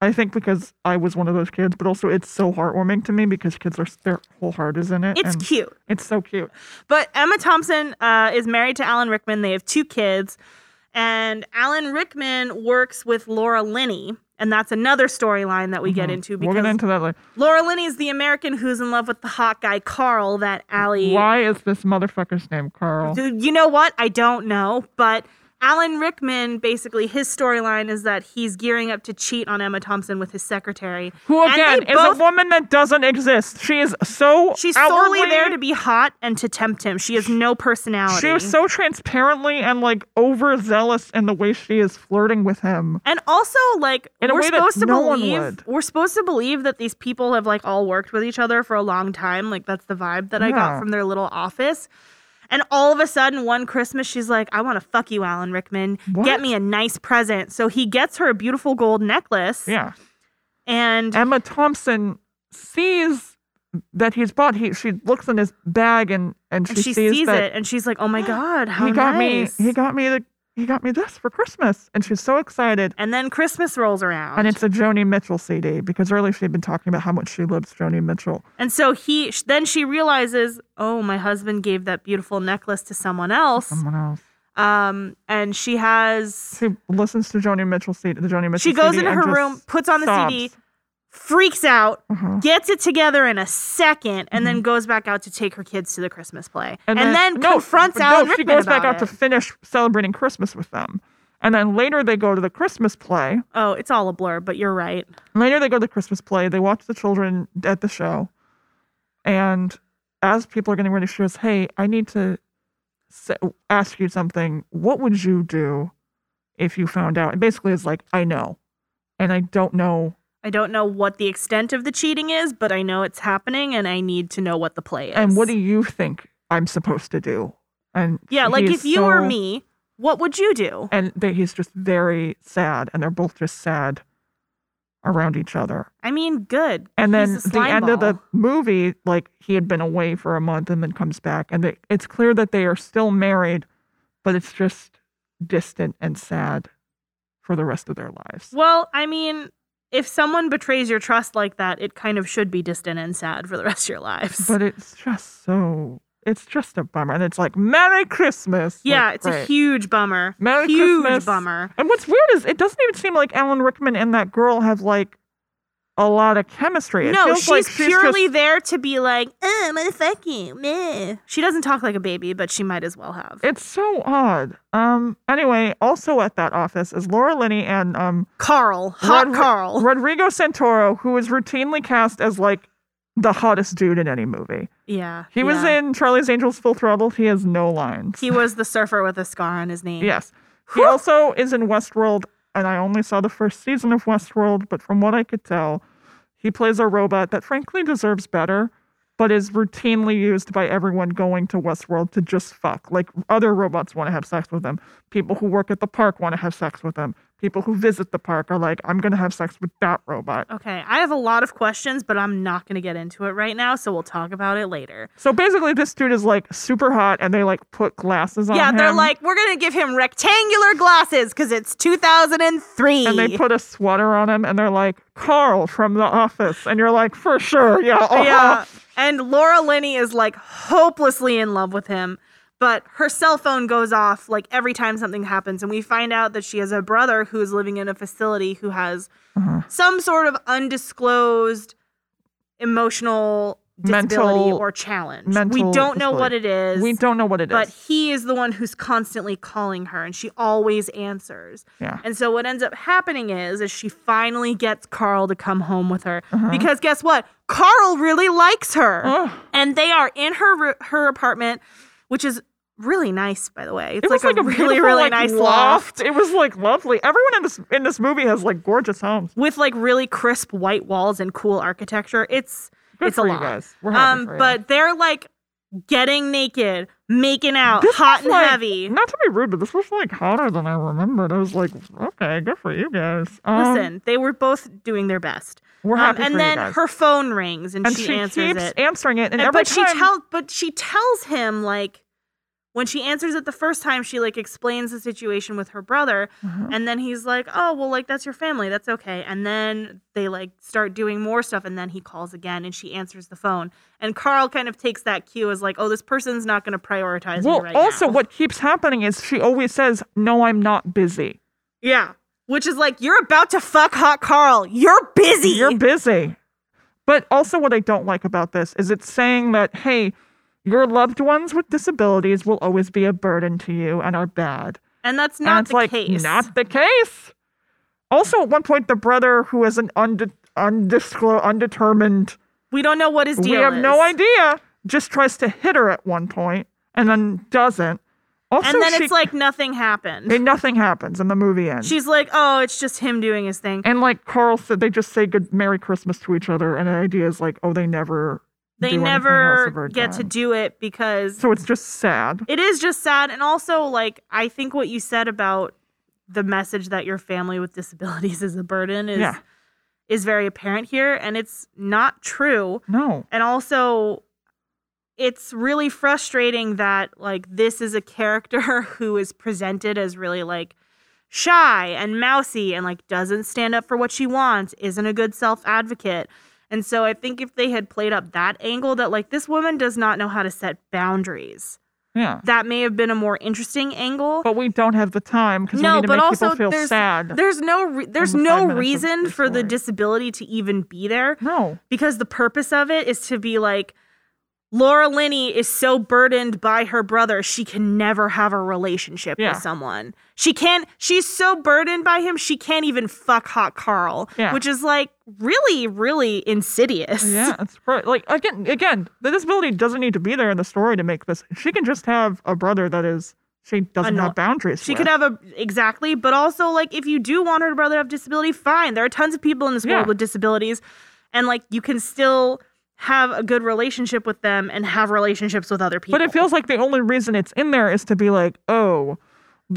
I think because I was one of those kids, but also it's so heartwarming to me because kids are their whole heart is in it.
it's
and
cute.
It's so cute.
But Emma Thompson uh, is married to Alan Rickman. They have two kids, and Alan Rickman works with Laura Linney, and that's another storyline that we get into
We'll
because
get into that later.
Laura Linney is the American who's in love with the hot guy Carl that Allie
Why is this motherfucker's name Carl?
Dude, You know what? I don't know, but Alan Rickman basically his storyline is that he's gearing up to cheat on Emma Thompson with his secretary.
Who
And they
again is
both-
a woman that doesn't exist. She is so
She's
outwardly
solely there to be hot and to tempt him. She has no personality.
She was so transparently and like overzealous in the way she is flirting with him.
and also like
In a
we're
way that
supposed to
no one
believe
would.
we're supposed to believe that these people have like all worked with each other for a long time. Like that's the vibe that I got
Yeah.
from their little office. And all of a sudden, one Christmas, she's like, I want to fuck you, Alan Rickman.
What?
Get me a nice present. So he gets her a beautiful gold necklace.
Yeah.
And
Emma Thompson sees that he's bought. He she looks in his bag and and she,
and she,
sees,
sees,
that
it and she's like, Oh my God, how
he got
nice.
me he got me the he got me this for Christmas, and she's so excited.
and then Christmas rolls around.
And it's a Joni Mitchell CD because earlier she'd been talking about how much she loves Joni Mitchell.
And so he sh- then she realizes, oh, my husband gave that beautiful necklace to someone else.
Someone else.
Um, and she has
She listens to Joni Mitchell CD. The Joni Mitchell.
she goes
CD
into
and
her
just
room, puts on the
sobs.
CD, freaks out,
Uh-huh.
gets it together in a 2nd and then goes back out to take her kids to the Christmas play, and, then,
Mm-hmm. no,
confronts
but
Alan
No, she
Rickman
goes back
about
out
it.
to finish celebrating Christmas with them, and then later they go to the Christmas play.
oh, it's all a blur, but you're right.
Later they go to the Christmas play. They watch the children at the show, and as people are getting ready, she goes, "Hey, I need to sa- ask you something. What would you do if you found out?" And basically, it's like, "I know, and I don't know."
I don't know what the extent of the cheating is, but I know it's happening, and I need to know what the play is.
And what do you think I'm supposed to do? And
yeah, like
he's
if you
so-
were me, what would you do?
and they, he's just very sad, and they're both just sad around each other.
I mean, good.
And then
He's a
the
slime
end of the
ball.
movie, like he had been away for a month and then comes back, and they, it's clear that they are still married, but it's just distant and sad for the rest of their lives.
Well, I mean, if someone betrays your trust like that, it kind of should be distant and sad for the rest of your lives.
But it's just so, it's just a bummer, and it's like Merry Christmas. Like,
yeah, it's a
great.
huge bummer.
Merry
huge
Christmas.
bummer.
And what's weird is it doesn't even seem like Alan Rickman and that girl have like a lot of chemistry. It
no,
feels
she's
like
purely
just-
there to be like, "Uh, I'm gonna fuck you. meh." She doesn't talk like a baby, but she might as well have.
it's so odd. Um. Anyway, also at that office is Laura Linney and um
Carl, hot
Rodri-
Carl.
Rodrigo Santoro, who is routinely cast as like the hottest dude in any movie.
yeah,
He was
yeah.
in Charlie's Angels Full Throttle. He has no lines.
He was the surfer with a scar on his name.
yes. He also is in Westworld, and I only saw the first season of Westworld, but from what I could tell, he plays a robot that frankly deserves better, but is routinely used by everyone going to Westworld to just fuck. Like other robots want to have sex with them. People who work at the park want to have sex with them. People who visit the park are like, I'm going to have sex with that robot.
Okay, I have a lot of questions, but I'm not gonna get into it right now, so we'll talk about it later.
So basically, this dude is like super hot, and they like put glasses on
Yeah,
him.
they're like, we're gonna give him rectangular glasses because it's 2003.
and they put a sweater on him, and they're like Carl from The Office, and you're like, for sure, yeah, uh-huh."
yeah, and Laura Linney is like hopelessly in love with him, but her cell phone goes off like every time something happens, and we find out that she has a brother who is living in a facility who has
Uh-huh.
some sort of undisclosed emotional disability
Mental-
or challenge. we
mental
don't know what it
disability.
is.
We don't know what it is.
but he is the one who's constantly calling her and she always answers
Yeah.
and so what ends up happening is is she finally gets carl to come home with her because guess what carl really likes her
Uh-huh. Ugh.
and they are in her ru- her apartment which is really nice by the way it's
it was like, a,
really
beautiful,
really
like,
nice
loft. It was like lovely. Everyone in this in this movie has like gorgeous homes.
with like really crisp white walls and cool architecture it's
Good
it's
for you
a lot
guys. We're happy
um
for you.
but they're like getting naked making out
This
hot
was,
and
like-
heavy
Not to be rude, but this was like hotter than I remembered. I was like, okay, good for you guys. Um,
Listen, they were both doing their best. Um,
we're happy
and
for you
then
guys.
her phone rings and,
and
she,
she,
answers
keeps
it.
answering it, and,
And-
every
but
time
she tells but she tells him like when she answers it the first time, she like explains the situation with her brother,
Mm-hmm.
and then he's like, "Oh, well, like that's your family, that's okay." And then they like start doing more stuff, and then he calls again, and she answers the phone, and Carl kind of takes that cue as like, "Oh, this person's not going to prioritize
Well,
me right
also,
now."
what keeps happening is she always says, No, I'm not busy.
Yeah, which is like, "You're about to fuck hot Carl. You're busy.
You're busy. But also, what I don't like about this is it's saying that, hey, your loved ones with disabilities will always be a burden to you and are bad.
And that's
and
not
it's
the
like,
case.
not the case. Also, at one point, the brother who is an unde- undisclosed, undetermined,
we don't know what his
we
deal
have
is.
no idea, just tries to hit her at one point and then doesn't. Also,
And then
she-
it's like nothing happened.
and nothing happens and the movie ends.
She's like, oh, it's just him doing his thing.
And like Carl said, they just say good Merry Christmas to each other, and the idea is like, oh, they never
They
do anything else of
never
her
get to
time.
do it because
So it's just sad.
it is just sad and also like i think what you said about the message that your family with disabilities is a burden is
Yeah.
is very apparent here and it's not true
No.
and also it's really frustrating that like this is a character who is presented as really like shy and mousy and like doesn't stand up for what she wants isn't a good self advocate and so i think if they had played up that angle that like this woman does not know how to set boundaries
Yeah.
that may have been a more interesting angle.
But we don't have the time because we
no,
need to
but
make
also
people feel
there's
sad.
there's no re- there's
the five
no
minutes of
reason
the
for the
story.
disability to even be there
No.
because the purpose of it is to be like Laura Linney is so burdened by her brother she can never have a relationship
Yeah.
with someone. She can't. She's so burdened by him she can't even fuck hot Carl,
Yeah.
which is like really really insidious.
Yeah, it's right. Like again, again, the disability doesn't need to be there in the story to make this. She can just have a brother that is she doesn't
Ano-
have boundaries.
She
with.
could have a exactly, but also like if you do want her brother to have disability, fine. There are tons of people in this
Yeah.
world with disabilities, and like you can still have a good relationship with them and have relationships with other people.
But it feels like the only reason it's in there is to be like, oh,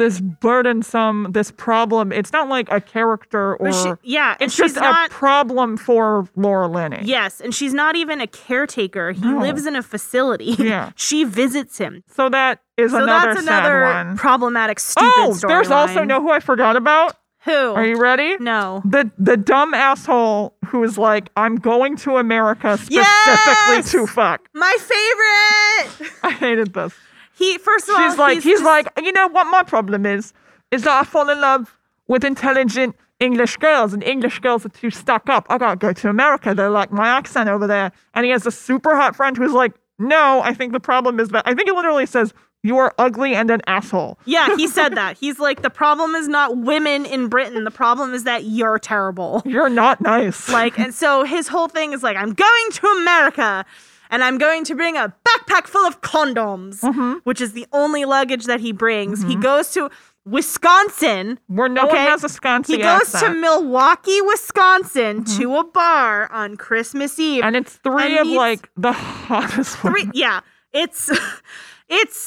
this burdensome, this problem. It's not like a character or
But she- yeah, and
it's just
she's not.
a problem for Laura Linney.
yes, and she's not even a caretaker. He
No.
lives in a facility.
Yeah.
she visits him.
So that is
So
another
that's
sad
another
one.
problematic, stupid
Oh, there's also
storyline.
no who I forgot about.
who.
Are you ready?
no.
The the dumb asshole who is like, I'm going to America specifically
Yes!
to fuck.
My favorite.
I hated this.
He first of all,
She's like, he's,
Oh, just-
like, you know what my problem is? Is that I fall in love with intelligent English girls, and English girls are too stuck up. I gotta go to America. They're like my accent over there. And he has a super hot friend who's like, no, I think the problem is that I think it literally says you are ugly and an asshole.
Yeah, he said that. He's like, the problem is not women in Britain. The problem is that you're terrible.
You're not nice.
Like, and so his whole thing is like, I'm going to America and I'm going to bring a backpack full of condoms,
Mm-hmm.
which is the only luggage that he brings. He goes to Wisconsin.
where no one
okay?
has a sconce
He goes to
accent.
Milwaukee, Wisconsin to a bar on Christmas Eve.
and it's three
Mm-hmm. and
of
he's-
like the hottest
three
women.
yeah it's it's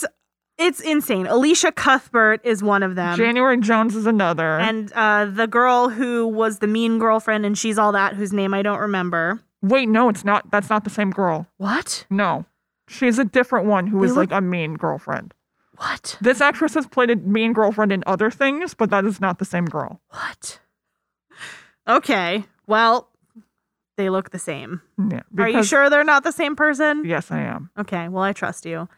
it's insane alicia cuthbert is one of them
January Jones is another.
and uh, the girl who was the mean girlfriend and she's all that whose name i don't remember
Wait, no, it's not. That's not the same girl.
what
No. She's a different one who is
Really?
like a mean girlfriend.
what
This actress has played a mean girlfriend in other things, but that is not the same girl.
what okay well they look the same
Yeah,
are you
because-
sure they're not the same person
Yes, I am.
okay well i trust you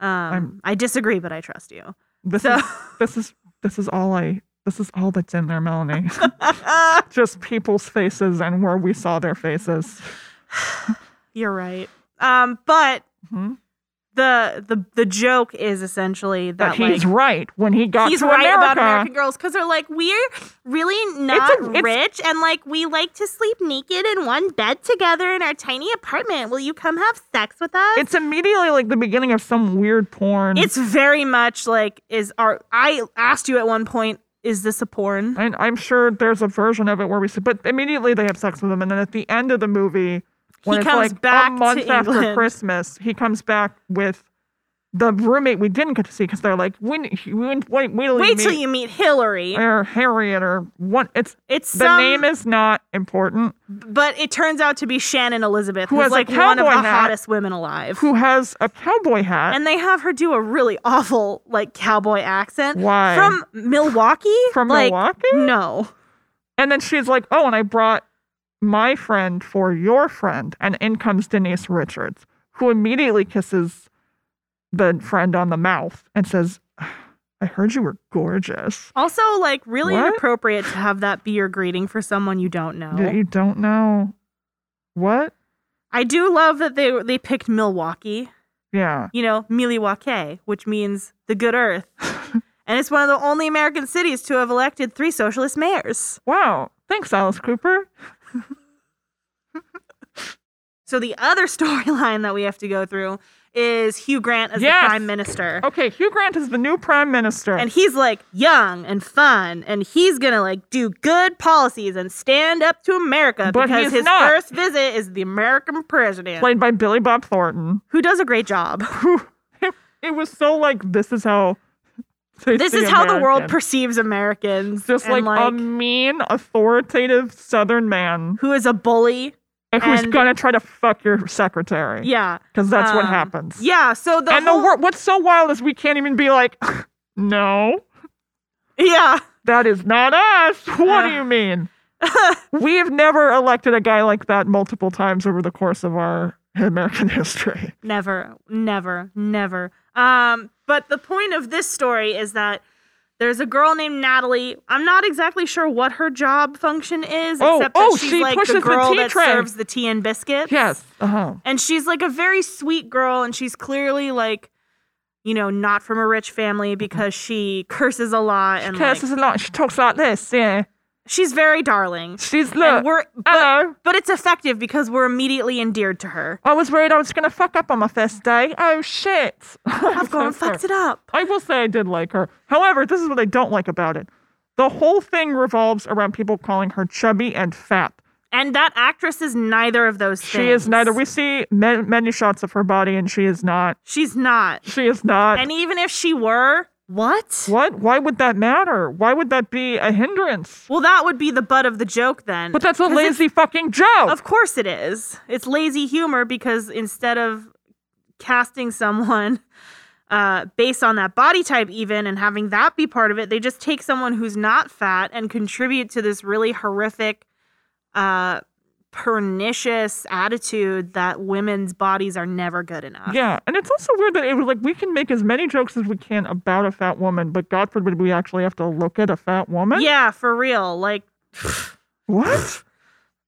um, i disagree but i trust you
This
So-
is this is this is all I this is all that's in there, Melanie. Just people's faces and where we saw their faces.
You're right. Um, but
Mhm.
the the the joke is essentially
That
that,
he's
like
right when he got
he's
to
right
America.
about American girls because they're like we're really not
it's-
rich and like we like to sleep naked in one bed together in our tiny apartment. Will you come have sex with us?
It's immediately like the beginning of some weird porn.
It's very much like is our I asked you at one point is this a porn?
and I'm sure there's a version of it where we see, but immediately they have sex with him, and then at the end of the movie, when
He
it's
comes
like
back
a
to
month after
England.
Christmas, he comes back with the roommate we didn't get to see because they're like, when, when, wait, wait,
Wait till you meet Hillary.
or Harriet or what? It's
It's
the
some,
name is not important.
but it turns out to be Shannon Elizabeth,
Who
who's
has a
like one of
cowboy
the
hat.
hottest women alive.
Who has a cowboy hat
and they have her do a really awful like cowboy accent.
Why?
From Milwaukee?
from
like,
Milwaukee?
No.
And then she's like, "Oh, and I brought my friend for your friend." And in comes Denise Richards, who immediately kisses the friend on the mouth and says, "Ah, "I heard you were gorgeous.
Also, like really
What?
inappropriate to have that be your greeting for someone you don't know.
You don't know what?
I do love that they they picked Milwaukee.
Yeah,
You know, Milwaukee, which means the good earth. and it's one of the only American cities to have elected three socialist mayors.
wow. Thanks, Alice Cooper.
So the other storyline that we have to go through is Hugh Grant as
Yes.
the prime minister.
Okay, Hugh Grant is the new prime minister.
And he's like young and fun, and he's gonna like do good policies and stand up to America
But
because
he's
his
not.
first visit is the American president,
played by Billy Bob Thornton.
who does a great job.
It was so like this is how they
This
see
is how the world
Americans.
perceives Americans.
just
and,
like, um, a mean, authoritative Southern man
who is a bully.
who's
and-
gonna try to fuck your secretary.
Yeah,
because that's what
um,
happens.
yeah. So the
and
whole,
the wor- what's so wild is we can't even be like, no,
yeah.
that is not us. What do
Uh.
you mean? We've never elected a guy like that multiple times over the course of our American history.
Never, never, never. Um, but the point of this story is that there's a girl named Natalie. I'm not exactly sure what her job function is,
Oh,
except
oh,
that she's
she
like
pushes
the
the
girl
tea
that
tray.
serves the tea and biscuits.
Yes. Uh huh.
And she's like a very sweet girl, and she's clearly like, you know, not from a rich family because she curses a lot and like,
Mm-hmm. Curses a lot. She talks like this. Yeah.
she's very darling.
She's
And
look.
we're
Hello.
but it's effective because we're immediately endeared to her.
I was worried I was gonna fuck up on my first day. Oh shit!
I've gone and fucked it up.
I will say I did like her. However, this is what I don't like about it. The whole thing revolves around people calling her chubby and fat.
And that actress is neither of those things.
She is neither. We see ma- many shots of her body, and she is not.
She's not.
She is not.
And even if she were, what?
what? Why would that matter? Why would that be a hindrance?
Well, that would be the butt of the joke then.
But that's a
'Cause it's-
lazy fucking joke.
Of course it is. It's lazy humor because instead of casting someone uh, based on that body type, even and having that be part of it, they just take someone who's not fat and contribute to this really horrific, uh, pernicious attitude that women's bodies are never good enough.
yeah, and it's also weird that it was like we can make as many jokes as we can about a fat woman, but God forbid we actually have to look at a fat woman.
Yeah, for real. Like,
What?
it-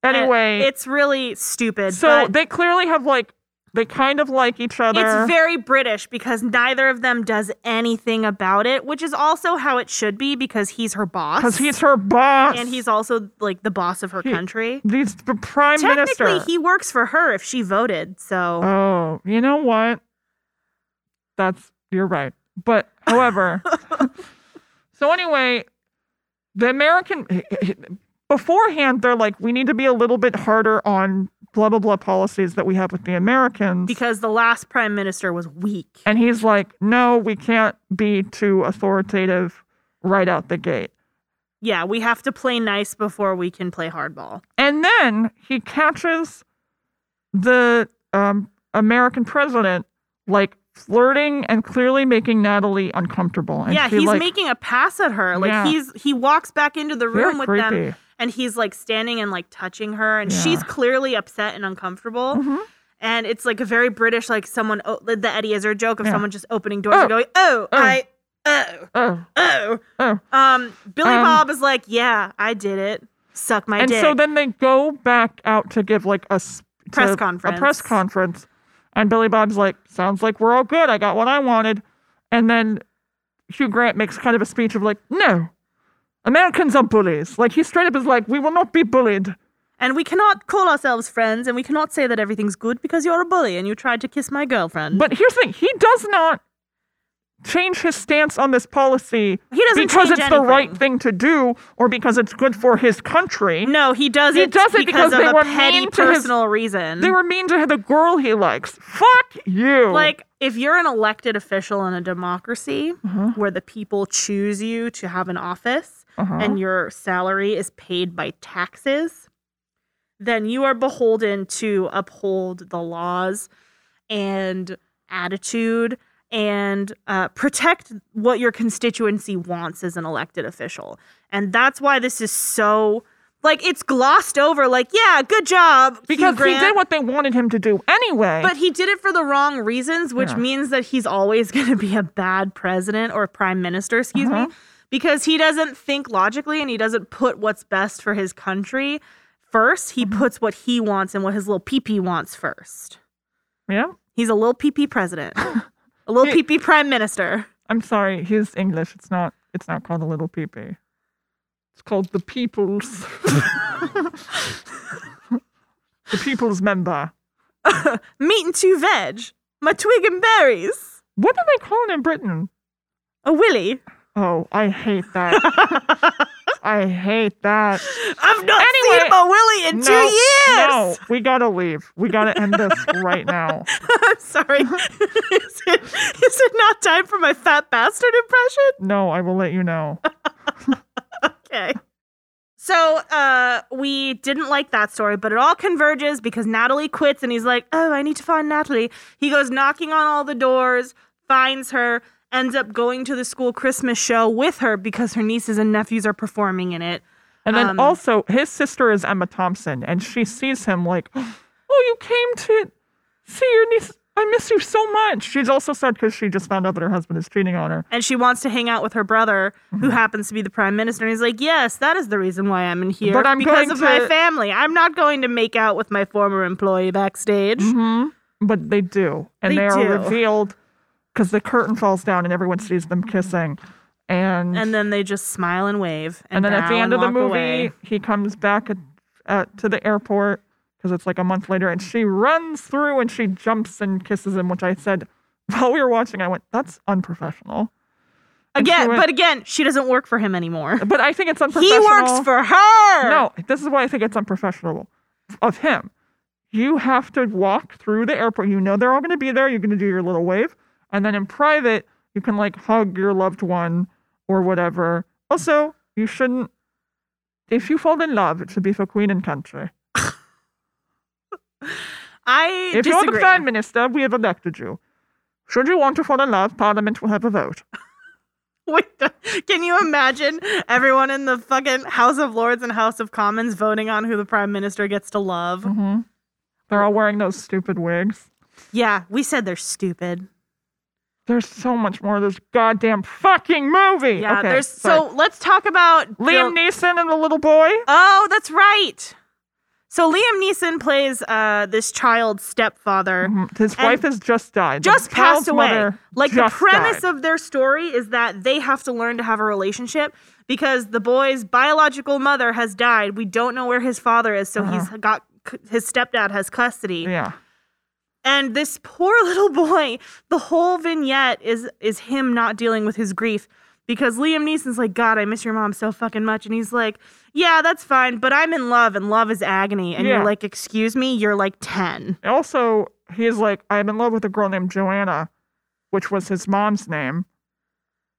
Anyway,
it's really stupid.
so
but
they clearly have like they kind of like each other.
It's very British because neither of them does anything about it, which is also how it should be because he's her boss.
because he's her boss
and he's also like the boss of her country.
he's the prime
Technically,
minister.
he works for her if she voted. So
oh, you know what? That's you're right. But however, so anyway, the American beforehand they're like we need to be a little bit harder on blah blah blah policies that we have with the Americans.
because the last prime minister was weak.
And he's like, no, we can't be too authoritative right out the gate.
Yeah, we have to play nice before we can play hardball.
And then he catches the um, American president like flirting and clearly making Natalie uncomfortable. And
yeah,
she,
he's
like,
making a pass at her. Like
Yeah.
he's he walks back into the
very
room with
creepy.
them and he's like standing and like touching her and
Yeah.
she's clearly upset and uncomfortable.
Mhm.
and it's like a very British, like someone o- the the Eddie Izzard joke of
Yeah.
someone just opening doors
Oh.
and going, "Oh,
Oh.
I, oh,
Oh,
oh."
oh.
Um, Billy
Um,
Bob is like, "Yeah, I did it. Suck my
and
dick."
so then they go back out to give like a s- to
Press conference.
A press conference. And Billy Bob's like, sounds like we're all good. I got what I wanted. And then Hugh Grant makes kind of a speech of like, no, Americans are bullies. Like he straight up is like, we will not be bullied.
and we cannot call ourselves friends, and we cannot say that everything's good because you're a bully and you tried to kiss my girlfriend.
But here's the thing he does not change his stance on this policy
He doesn't
because
change
it's the right
anything. Mm-hmm.
thing to do or because it's good for his country.
no, he does
He
it.
does it because
of
they
a
were
petty
mean to his-
personal reason.
They were mean to the girl he likes. Fuck you.
like if you're an elected official in a democracy
Mm-hmm.
where the people choose you to have an office
Uh-huh.
and your salary is paid by taxes then you are beholden to uphold the laws and attitude and uh, protect what your constituency wants as an elected official and that's why this is so like it's glossed over like yeah good job Hugh
because he
Grant.
did what they wanted him to do anyway.
But he did it for the wrong reasons, which
Yeah.
means that he's always going to be a bad president or prime minister, excuse me, because he doesn't think logically and he doesn't put what's best for his country first. He puts what he wants and what his little PP wants first.
yeah.
He's a little PP president, a little
He-
PP prime minister.
I'm sorry, he's English. It's not it's not called a little peepee. It's called the people's The people's member.
Meat and two veg. My twig and berries.
What do they call it in Britain?
A willy.
Oh, I hate that. I hate that.
I've not
Anyway,
seen a willy in two
No,
years.
No, we gotta leave. We gotta end this right now.
I'm sorry. is, it, is it not time for my fat bastard impression?
No, I will let you know.
Okay. So uh, we didn't like that story, but it all converges because Natalie quits and he's like, oh, I need to find Natalie. He goes knocking on all the doors, finds her, ends up going to the school Christmas show with her because her nieces and nephews are performing in it.
And then
Um,
also, his sister is Emma Thompson, and she sees him like, "Oh, you came to see your niece. I miss you so much." She's also sad because she just found out that her husband is cheating on her.
And she wants to hang out with her brother,
Mm-hmm.
who happens to be the prime minister. And he's like, Yes, that is the reason why I'm in here.
But I'm
because
going
of my
to-
family. I'm not going to make out with my former employee backstage.
Mm-hmm. But they do, and
They
they, are
do.
revealed because the curtain falls down and everyone sees them kissing. And
And then they just smile and wave. And,
and then at the
bow
end
and
of the
walk
movie,
away.
he comes back at, at, to the airport because it's like a month later, and she runs through and she jumps and kisses him, which I said while we were watching. I went, "That's unprofessional," And she
Again,
went-
but again, she doesn't work for him anymore.
but I think it's
He
unprofessional.
works for her.
No, this is why I think it's unprofessional of him. You have to walk through the airport. You know they're all going to be there. You're going to do your little wave. And then in private, you can like hug your loved one or whatever. Also, you shouldn't, if you fall in love, it should be for queen and country.
I
If you're the
disagree.
prime minister, we have elected you. Should you want to fall in love, parliament will have a vote.
Wait, the- can you imagine everyone in the fucking House of Lords and House of Commons voting on who the prime minister gets to love?
hmm They're all wearing those stupid wigs.
Yeah, we said they're stupid.
There's so much more of this goddamn fucking movie.
Yeah,
Okay,
there's
sorry.
so let's talk about Bill-
Liam Neeson and the little boy.
Oh, that's right. So Liam Neeson plays uh, this child's stepfather.
Mhm. His wife has just died. The
just passed
child's
away.
mother
Like the
just
premise
died.
of their story is that they have to learn to have a relationship because the boy's biological mother has died. We don't know where his father is,
Uh-huh.
so he's got his stepdad has custody.
yeah.
And this poor little boy, the whole vignette is is him not dealing with his grief because Liam Neeson's like, "God, I miss your mom so fucking much." And he's like, "Yeah, that's fine, but I'm in love and love is agony." And
Yeah.
you're like, "Excuse me, you're like 10."
Also, he's like, I'm in love with a girl named Joanna, which was his mom's name.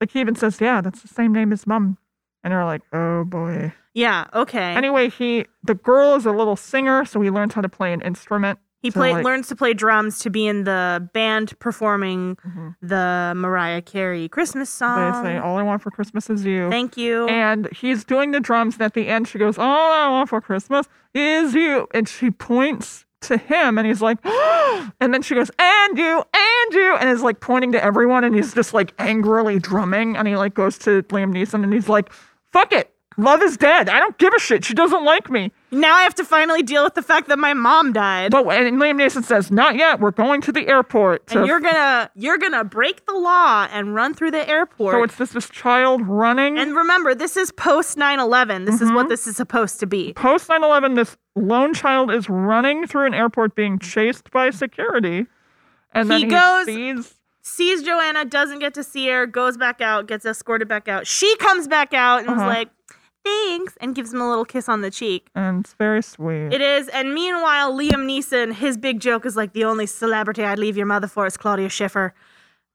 Like he even says, yeah, that's the same name as mom. And they're like, oh boy.
Yeah, okay.
Anyway, he the girl is a little singer, so he learns how to play an instrument.
He
So,
play,
like-
learns to play drums to be in the band performing
Mhm.
the Mariah Carey Christmas
they say,
song.
all I want for Christmas is you.
Um, Thank you.
oh. and he's doing the drums and at the end she goes all i want for christmas is you and she points to him and he's like and then she goes and you and you and is like pointing to everyone and he's just like angrily drumming and he like goes to liam neeson and he's like fuck it love is dead i don't give a shit she doesn't like me
now I have to finally deal with the fact that my mom died.
but and liam neeson says not yet we're going to the airport to
and you're gonna you're gonna break the law and run through the airport.
so it's this this child running
and remember, this is post 9/11. This
Mm-hmm.
is what this is supposed to be.
post 9 11, this lone child is running through an airport being chased by security. And then
He
he
goes-
sees-
Sees Joanna, doesn't get to see her, goes back out, gets escorted back out. She comes back out and
Uh-huh.
was like, "Thanks," and gives him a little kiss on the cheek.
and it's very sweet.
It is. And meanwhile, Liam Neeson, his big joke is like the only celebrity I'd leave your mother for is Claudia Schiffer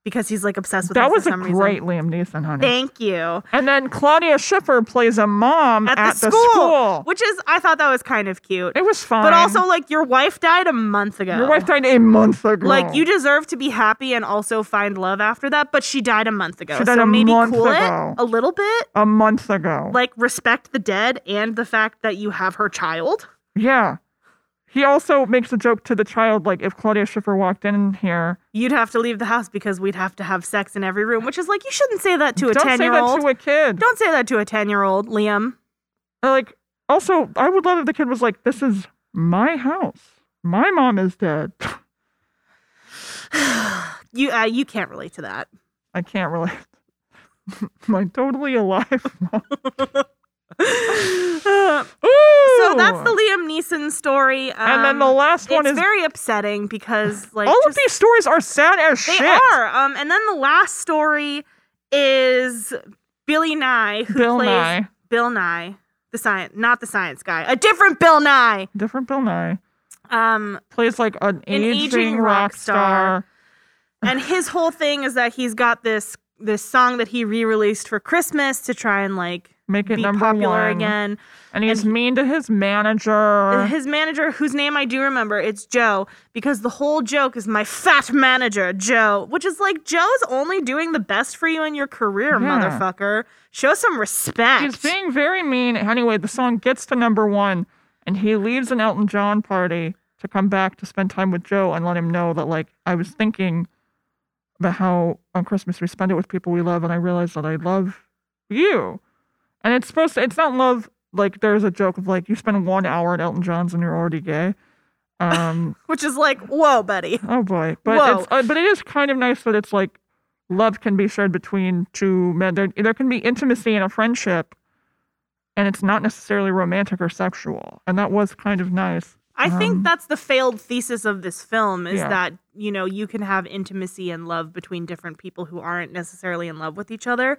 because he's like obsessed with her
that
for
was a
some
great
reason.
Liam Neeson, honey.
Thank you.
and then Claudia Schiffer plays a mom
At,
at,
the, school, Which is, I thought that was kind of cute.
It was fun.
But also, like, your wife died a month ago.
your wife died a month ago.
Like, you deserve to be happy and also find love after that. But she died a month ago.
She died
so
a
maybe
month
cool
ago.
it a little bit.
a month ago.
Like, respect the dead and the fact that you have her child.
yeah. He also makes a joke to the child, like if Claudia Schiffer walked in here,
you'd have to leave the house because we'd have to have sex in every room, which is like you shouldn't say that to a
don't
ten
say
year
that to
old.
a kid.
Don't say that to a ten year old, Liam.
like also i would love if the kid was like this is my house my mom is dead
You uh, you can't relate to that.
i can't relate my totally alive mom
so that's the Liam Neeson story.
And then the
Um,
last one
it's
is
very upsetting because like
all of
just-
these stories are sad as
they
shit.
are. Um, and then the last story is Billy Nye, who
Bill
plays
Nye,
Bill Nye, the science, not the science guy, a different Bill Nye.
different Bill Nye,
Um,
plays like an,
aging rock star. and his whole thing is that he's got this this song that he re-released for Christmas to try and like
make it
be
number
popular
one
again.
And he's mean to his manager.
His manager, whose name I do remember, it's Joe, because the whole joke is my fat manager, Joe, which is like Joe's only doing the best for you in your
Yeah.
career, motherfucker. Show some respect.
He's being very mean. Anyway, the song gets to number one, and he leaves an Elton John party to come back to spend time with Joe and let him know that, like, I was thinking about how on Christmas we spend it with people we love, and I realized that I love you. And it's supposed to, it's not love, like, there's a joke of, like, you spend one hour at Elton John's and you're already gay. Um,
which is like, whoa, buddy.
Oh boy, but
Whoa.
it's uh, but it is kind of nice that it's like love can be shared between two men. There there can be intimacy in a friendship, and it's not necessarily romantic or sexual. And that was kind of nice.
I
Um,
think that's the failed thesis of this film is
Yeah.
that, you know, you can have intimacy and love between different people who aren't necessarily in love with each other.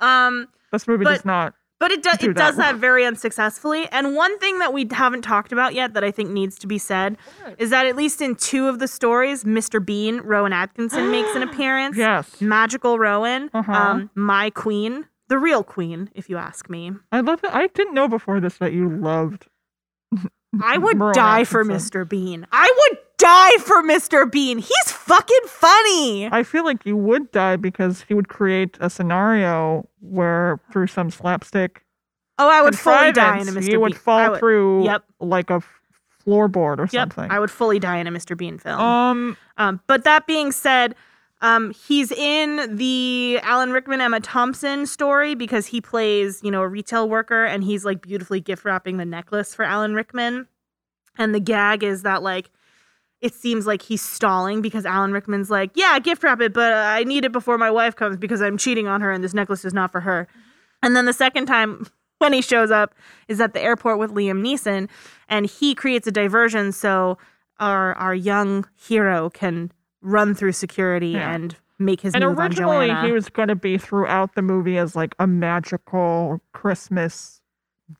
Um,
This movie
But-
does not.
but it, do-
Do
it does
that.
that very unsuccessfully. And one thing that we haven't talked about yet that I think needs to be said is that at least in two of the stories, Mr. Bean, Rowan Atkinson, makes an appearance.
Yes,
Magical Rowan,
Uh-huh.
um, my queen, the real queen, if you ask me.
I love it. I didn't know before this that you loved.
I would
Rowan
die for
Atkinson.
Mr. Bean. I would die for Mr. Bean. He's fucking funny.
I feel like you would die because he would create a scenario where through some slapstick
Oh, I would fully die in a
contrivance,
Mr.
you would
Bean. I
fall
would-
through
Yep.
like a f- floorboard or
Yep,
something.
I would fully die in a Mr. Bean film.
um,
Um, but that being said, um, he's in the Alan Rickman Emma Thompson story because he plays, you know, a retail worker and he's like beautifully gift wrapping the necklace for Alan Rickman. And the gag is that like it seems like he's stalling because Alan Rickman's like, "Yeah, gift wrap it, but uh, I need it before my wife comes because I'm cheating on her and this necklace is not for her." And then the second time when he shows up is at the airport with Liam Neeson and he creates a diversion so our our young hero can run through security
Yeah.
and make his
and
move on
originally
Joanna.
he was going to be throughout the movie as like a magical christmas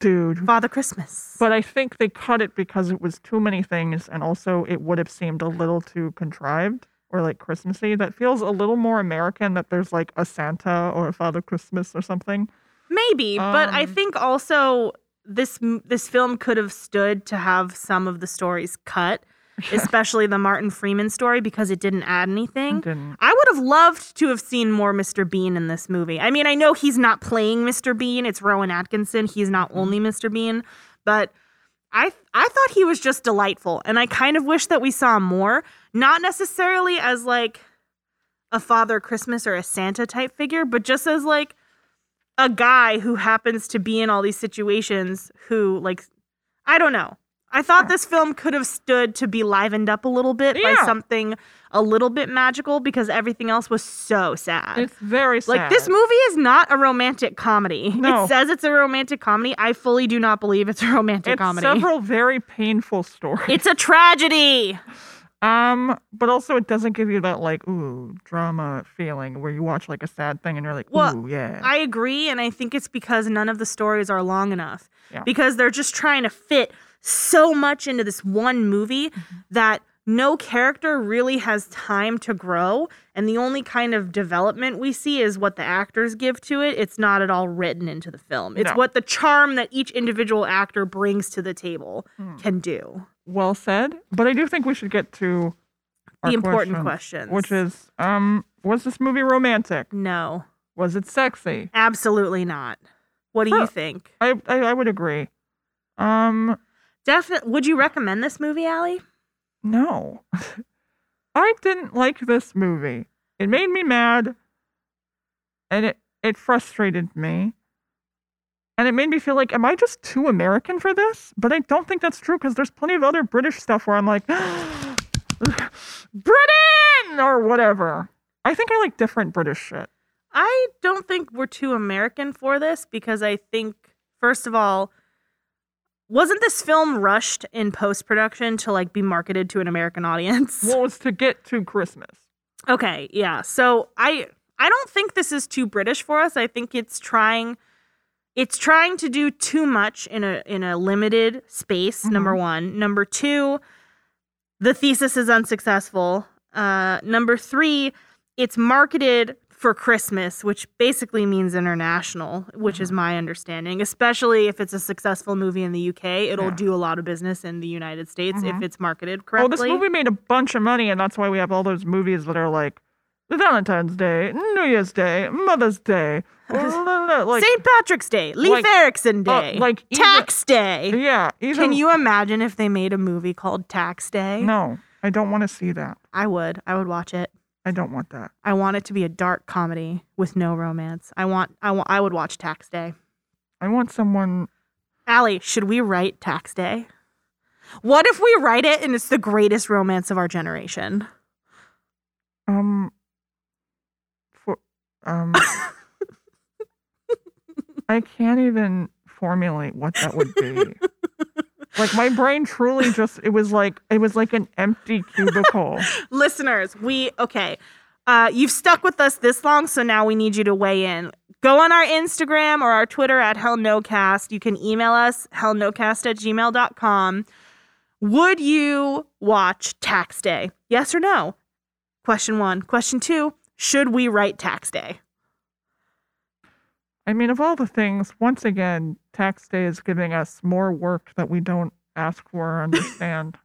dude
Father Christmas.
but i think they cut it because it was too many things and also it would have seemed a little too contrived or like christmassy that feels a little more american that there's like a santa or a father christmas or something
Mm-hmm. Maybe, but I
Um,
think also this m- this film could have stood to have some of the stories cut, especially the Martin Freeman story because it didn't add
I
anything.
didn't
I would have loved to have seen more Mr. Bean in this movie. I mean, I know he's not playing Mr. Bean; it's Rowan Atkinson. He's not only Mr. Bean, but I I thought he was just delightful, and I kind of wish that we saw more. Not necessarily as like a Father Christmas or a Santa type figure, but just as like a guy who happens to be in all these situations. Who like I don't know. I thought this film could have stood to be livened up a little bit by
Yeah.
something a little bit magical because everything else was so sad.
it's very sad.
Like this movie is not a romantic comedy.
No.
It says it's a romantic comedy. I fully do not believe it's a romantic
it's
comedy.
several very painful stories
it's a tragedy.
um but also it doesn't give you that like ooh drama feeling where you watch like a sad thing and you're like ooh
Well,
yeah
I agree, and I think it's because none of the stories are long enough.
Yeah.
Because they're just trying to fit so much into this one movie
Mm-hmm.
that no character really has time to grow, and the only kind of development we see is what the actors give to it. It's not at all written into the film. It's
No.
what the charm that each individual actor brings to the table
Hmm.
can do.
well said, but I do think we should get to
The
our
important
questions,
questions.
which is, um, was this movie romantic?
No,
Was it sexy?
absolutely not. What do
Huh.
you think?
I I, I would agree. Um,
Definitely. Would you recommend this movie, Allie?
no, I didn't like this movie. It made me mad, and it it frustrated me. And it made me feel like, am I just too American for this? But I don't think that's true because there's plenty of other British stuff where I'm like, Britain or whatever. I think I like different British shit.
I don't think we're too American for this because I think First of all, wasn't this film rushed in post production to like be marketed to an American audience?
Well, it's to get to Christmas.
Okay, yeah. So I I don't think this is too British for us. I think it's trying it's trying to do too much in a in a limited space.
Mm-hmm.
Number 1. Number 2, the thesis is unsuccessful. Uh number 3, it's marketed for Christmas, which basically means international, which
Mm-hmm.
is my understanding. Especially if it's a successful movie in the UK, it'll
Yeah. Mm-hmm.
do a lot of business in the United States if it's marketed correctly.
Well, this movie made a bunch of money, and that's why we have all those movies that are like Valentine's Day, New Year's Day, Mother's Day, like
St. Patrick's Day, Leif
like,
Erikson
uh,
Day,
like even-
Tax Day.
yeah. Even
Can you imagine if they made a movie called Tax Day?
No, I don't want to see that.
I would. I would watch it.
I don't want that.
I want it to be a dark comedy with no romance. I want. I want. I would watch Tax Day.
I want someone.
Allie, should we write Tax Day? What if we write it and it's the greatest romance of our generation?
Um. For um. I can't even formulate what that would be. like my brain truly just it was like it was like an empty cubicle.
listeners we okay uh, you've stuck with us this long so now we need you to weigh in go on our instagram or our twitter at hellnocast you can email us hellnocast at gmail.com would you watch tax day yes or no question one question two should we write tax day
I mean, of all the things, once again, tax day is giving us more work that we don't ask for or understand.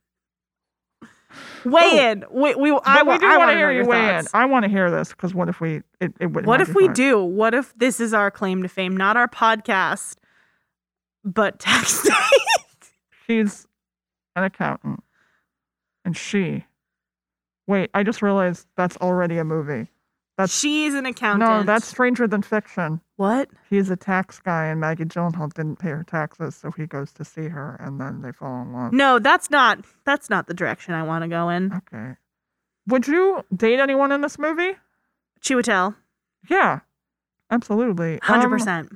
weigh in
Oh.
we, we, I,
But we
wa-
do
I
want
want
to hear
your
you weigh
thoughts.
in. I want to hear this because what if we? It, it would.
What
not
if
be
we
fun.
do? What if this is our claim to fame, not our podcast, but tax day?
She's an accountant, and she. Wait, I just realized that's already a movie. That's-
She's an accountant.
No, that's Stranger Than Fiction.
what?
He's a tax guy, and Maggie Gyllenhaal didn't pay her taxes, so he goes to see her, and then they fall in love.
No, that's not that's not the direction I want to go in.
Okay. Would you date anyone in this movie?
Chiwetel,
Yeah, absolutely.
hundred
Um,
percent.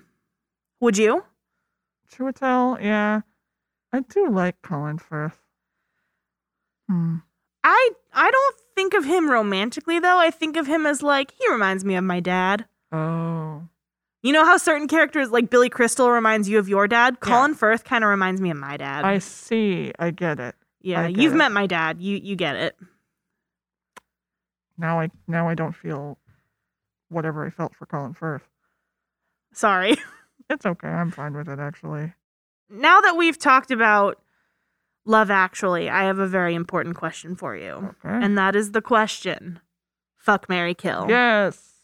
Would you?
Chiwetel, yeah. I do like Colin Firth. Hmm.
I I don't think of him romantically though. I think of him as like he reminds me of my dad.
Oh.
You know how certain characters like Billy Crystal reminds you of your dad. Colin Firth kind of reminds me of my dad.
I see. I get it.
yeah,
I get
you've
it.
met my dad. You you get it.
Now I now I don't feel whatever I felt for Colin Firth.
Sorry.
It's okay. I'm fine with it actually.
now that we've talked about Love Actually, I have a very important question for you,
Okay.
and that is the question: Fuck, Mary, kill.
yes.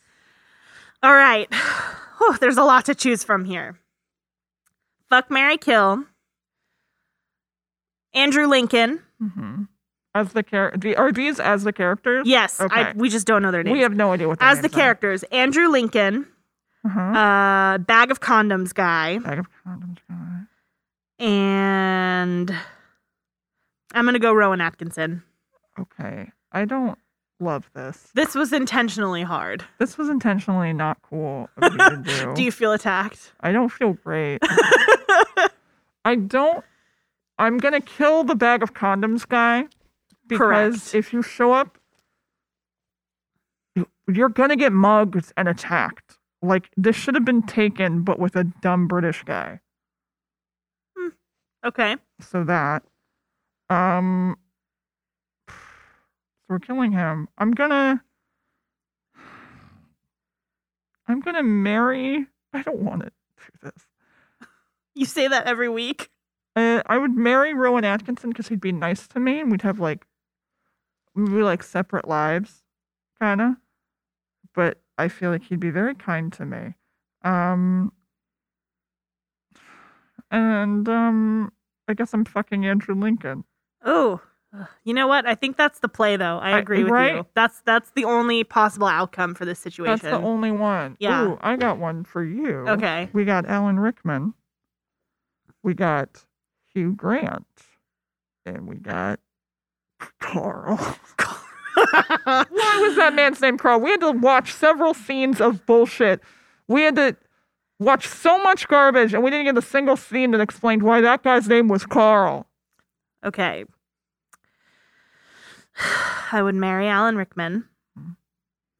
All right. Whew, there's a lot to choose from here. Fuck Mary Kill. Andrew Lincoln.
hmm As the character, are these as the characters?
Yes, I,
Okay.
we just don't know their names.
we have no idea what their
As the
names are.
characters, Andrew Lincoln,
Uh-huh.
uh, bag of condoms guy,
Bag of condoms guy.
and I'm gonna go Rowan Atkinson.
Okay. I don't love this.
This was intentionally hard.
This was intentionally not cool of you to do.
Do you feel attacked?
I don't feel great. I don't. I'm gonna kill the bag of condoms guy because
Correct.
if you show up, you- you're gonna get mugged and attacked. Like this should have been taken, but with a dumb British guy.
Okay.
So that, um, so we're killing him. I'm gonna. I'm gonna marry. I don't want to do this.
You say that every week.
Uh, I would marry Rowan Atkinson because he'd be nice to me, and we'd have like we'd be like separate lives, kind of. But I feel like he'd be very kind to me. Um, and um, I guess I'm fucking Andrew Lincoln.
Oh, ugh. you know what? I think that's the play, though. I
I-
agree with
right?
you. That's that's the only possible outcome for this
That's
situation.
the only one.
Yeah.
Ooh, I got one for you.
okay.
We got Alan Rickman. We got Hugh Grant, and we got Carl. Why was that man's name Carl? We had to watch several scenes of bullshit. We had to watched so much garbage and we didn't get a single scene that explained why that guy's name was Carl.
Okay. I would marry Alan Rickman.
Mm-hmm.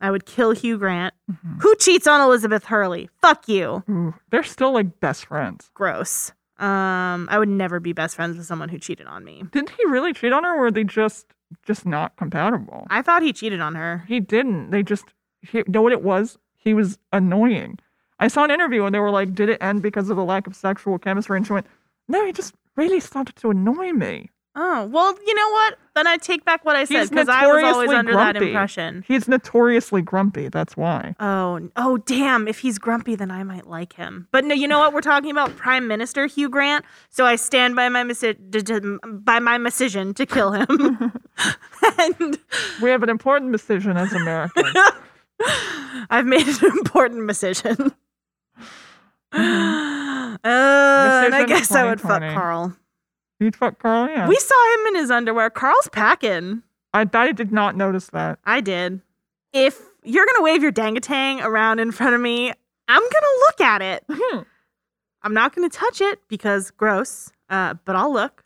I would kill Hugh Grant. Who cheats on Elizabeth Hurley? Fuck you.
Ooh, they're still like best friends.
Gross. Um, I would never be best friends with someone who cheated on me.
Didn't he really cheat on her or were they just just not compatible?
I thought he cheated on her.
He didn't. They just he, know what it was. He was annoying. I saw an interview and they were like, "Did it end because of the lack of sexual chemistry?" And she went, "No, he just really started to annoy me.
Oh, well, you know what? Then I take back what I said
He's
because I was always
notoriously
under that
grumpy.
impression.
He's notoriously grumpy. That's why."
Oh, oh, damn. If he's grumpy, then I might like him. But no, you know what? We're talking about Prime Minister Hugh Grant, so I stand by my misi- d- d- by my decision to kill him. and
We have an important decision as Americans.
I've made an important decision. Uh, and I
Decision
guess I would fuck
2020.
Carl.
You'd fuck Carl, yeah.
We saw him in his underwear. Carl's packing.
I, I did not notice that.
I did. If you're gonna wave your dangatang around in front of me, I'm gonna look at it.
Mhm.
I'm not gonna touch it because gross. Uh, but I'll look.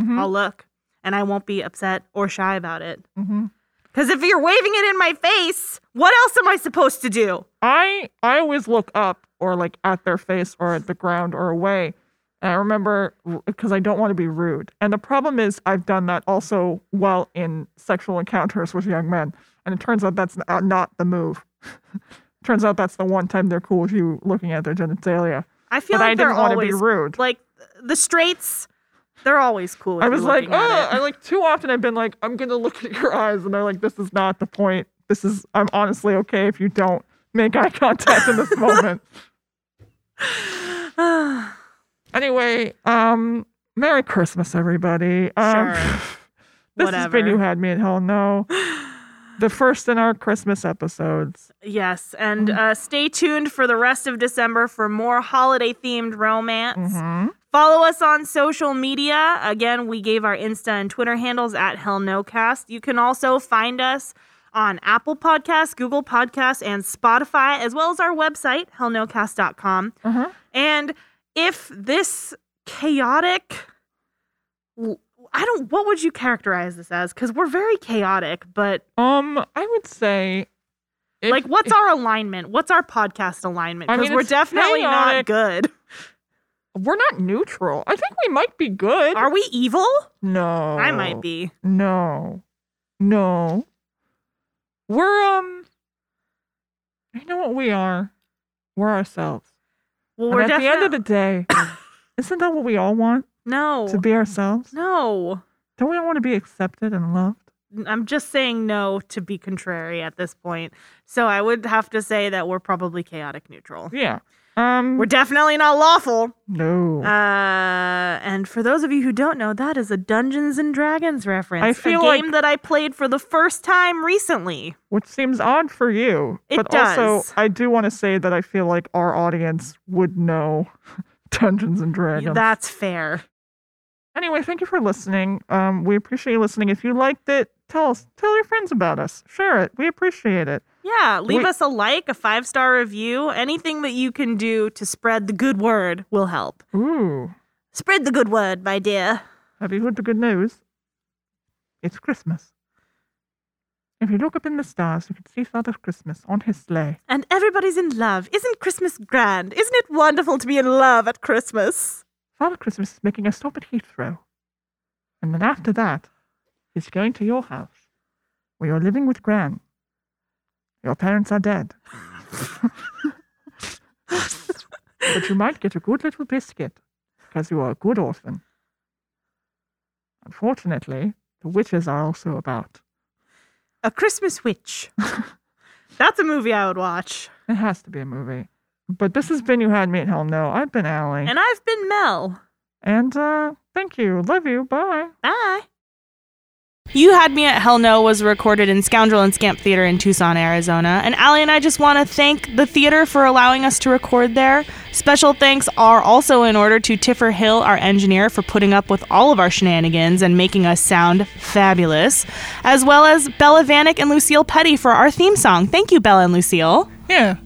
Mhm.
I'll look, and I won't be upset or shy about it.
Mhm.
Because if you're waving it in my face, what else am I supposed to do?
I I always look up or like at their face or at the ground or away. And I remember because I don't want to be rude. And the problem is I've done that also while in sexual encounters with young men. And it turns out that's not- not the move. turns out that's the one time they're cool with you looking at their genitalia.
I feel
But
like
I
they're
didn't want to
always
be rude.
like the straights. They're always cool. With
I
you
was like,
looking
oh,
at it.
I like too often I've been like, I'm gonna look at your eyes, and they're like, this is not the point. This is I'm honestly okay if you don't make eye contact in this moment. anyway, um, Merry Christmas, everybody. Um,
Sure.
this has been
Whatever.
you had me at hell no. The first in our Christmas episodes.
Yes, and uh, stay tuned for the rest of December for more holiday themed romance.
Mhm.
Follow us on social media. Again, we gave our Insta and Twitter handles at HellNoCast. You can also find us on Apple Podcasts, Google Podcasts, and Spotify, as well as our website, hellnocast.com.
Uh-huh.
And if this chaotic, I don't, what would you characterize this as? Because we're very chaotic, but
Um, I would say, if-
like, what's our alignment? What's our podcast alignment?
I
Because
mean,
we're
it's
definitely not
chaotic.
good.
we're not neutral. I think we might be good.
Are we evil?
no,
I might be.
No. No. We're um I know what we are. We're ourselves.
Well,
And
we're
at the end of
definite-
the day, isn't that what we all want?
no,
To be ourselves?
no.
Don't we all want to be accepted and loved?
I'm just saying no to be contrary at this point. So I would have to say that we're probably chaotic neutral.
Yeah. Um
We're definitely not lawful.
no.
Uh, and for those of you who don't know, that is a Dungeons and Dragons reference.
I feel
a
like-
game that I played for the first time recently.
Which seems odd for you.
It
but
does.
also I do want to say that I feel like our audience would know Dungeons and Dragons.
That's fair.
Anyway, thank you for listening. Um, we appreciate you listening. If you liked it, tell us, tell your friends about us. Share it. We appreciate it.
Yeah, leave
We-
us a like, a five star review, anything that you can do to spread the good word will help.
Ooh,
Spread the good word, my dear.
have you heard the good news? It's Christmas. If you look up in the stars, you can see Father Christmas on his sleigh.
And everybody's in love. Isn't Christmas grand? Isn't it wonderful to be in love at Christmas?
Father Christmas is making a stop at Heathrow, and then after that, he's going to your house, where you're living with Gran. Your parents are dead, but you might get a good little biscuit, because you are a good orphan. Unfortunately, the witches are also about.
A Christmas Witch. That's a movie I would watch.
It has to be a movie. But this has been You Had Me at Hell No. I've been Allie.
And I've been Mel.
And uh, thank you. Love you. Bye.
Bye. You Had Me at Hell No was recorded in Scoundrel and Scamp Theater in Tucson, Arizona. And Allie and I just want to thank the theater for allowing us to record there. Special thanks are also in order to Tiffer Hill, our engineer, for putting up with all of our shenanigans and making us sound fabulous, as well as Bella Vanek and Lucille Petty for our theme song. Thank you, Bella and Lucille.
Yeah.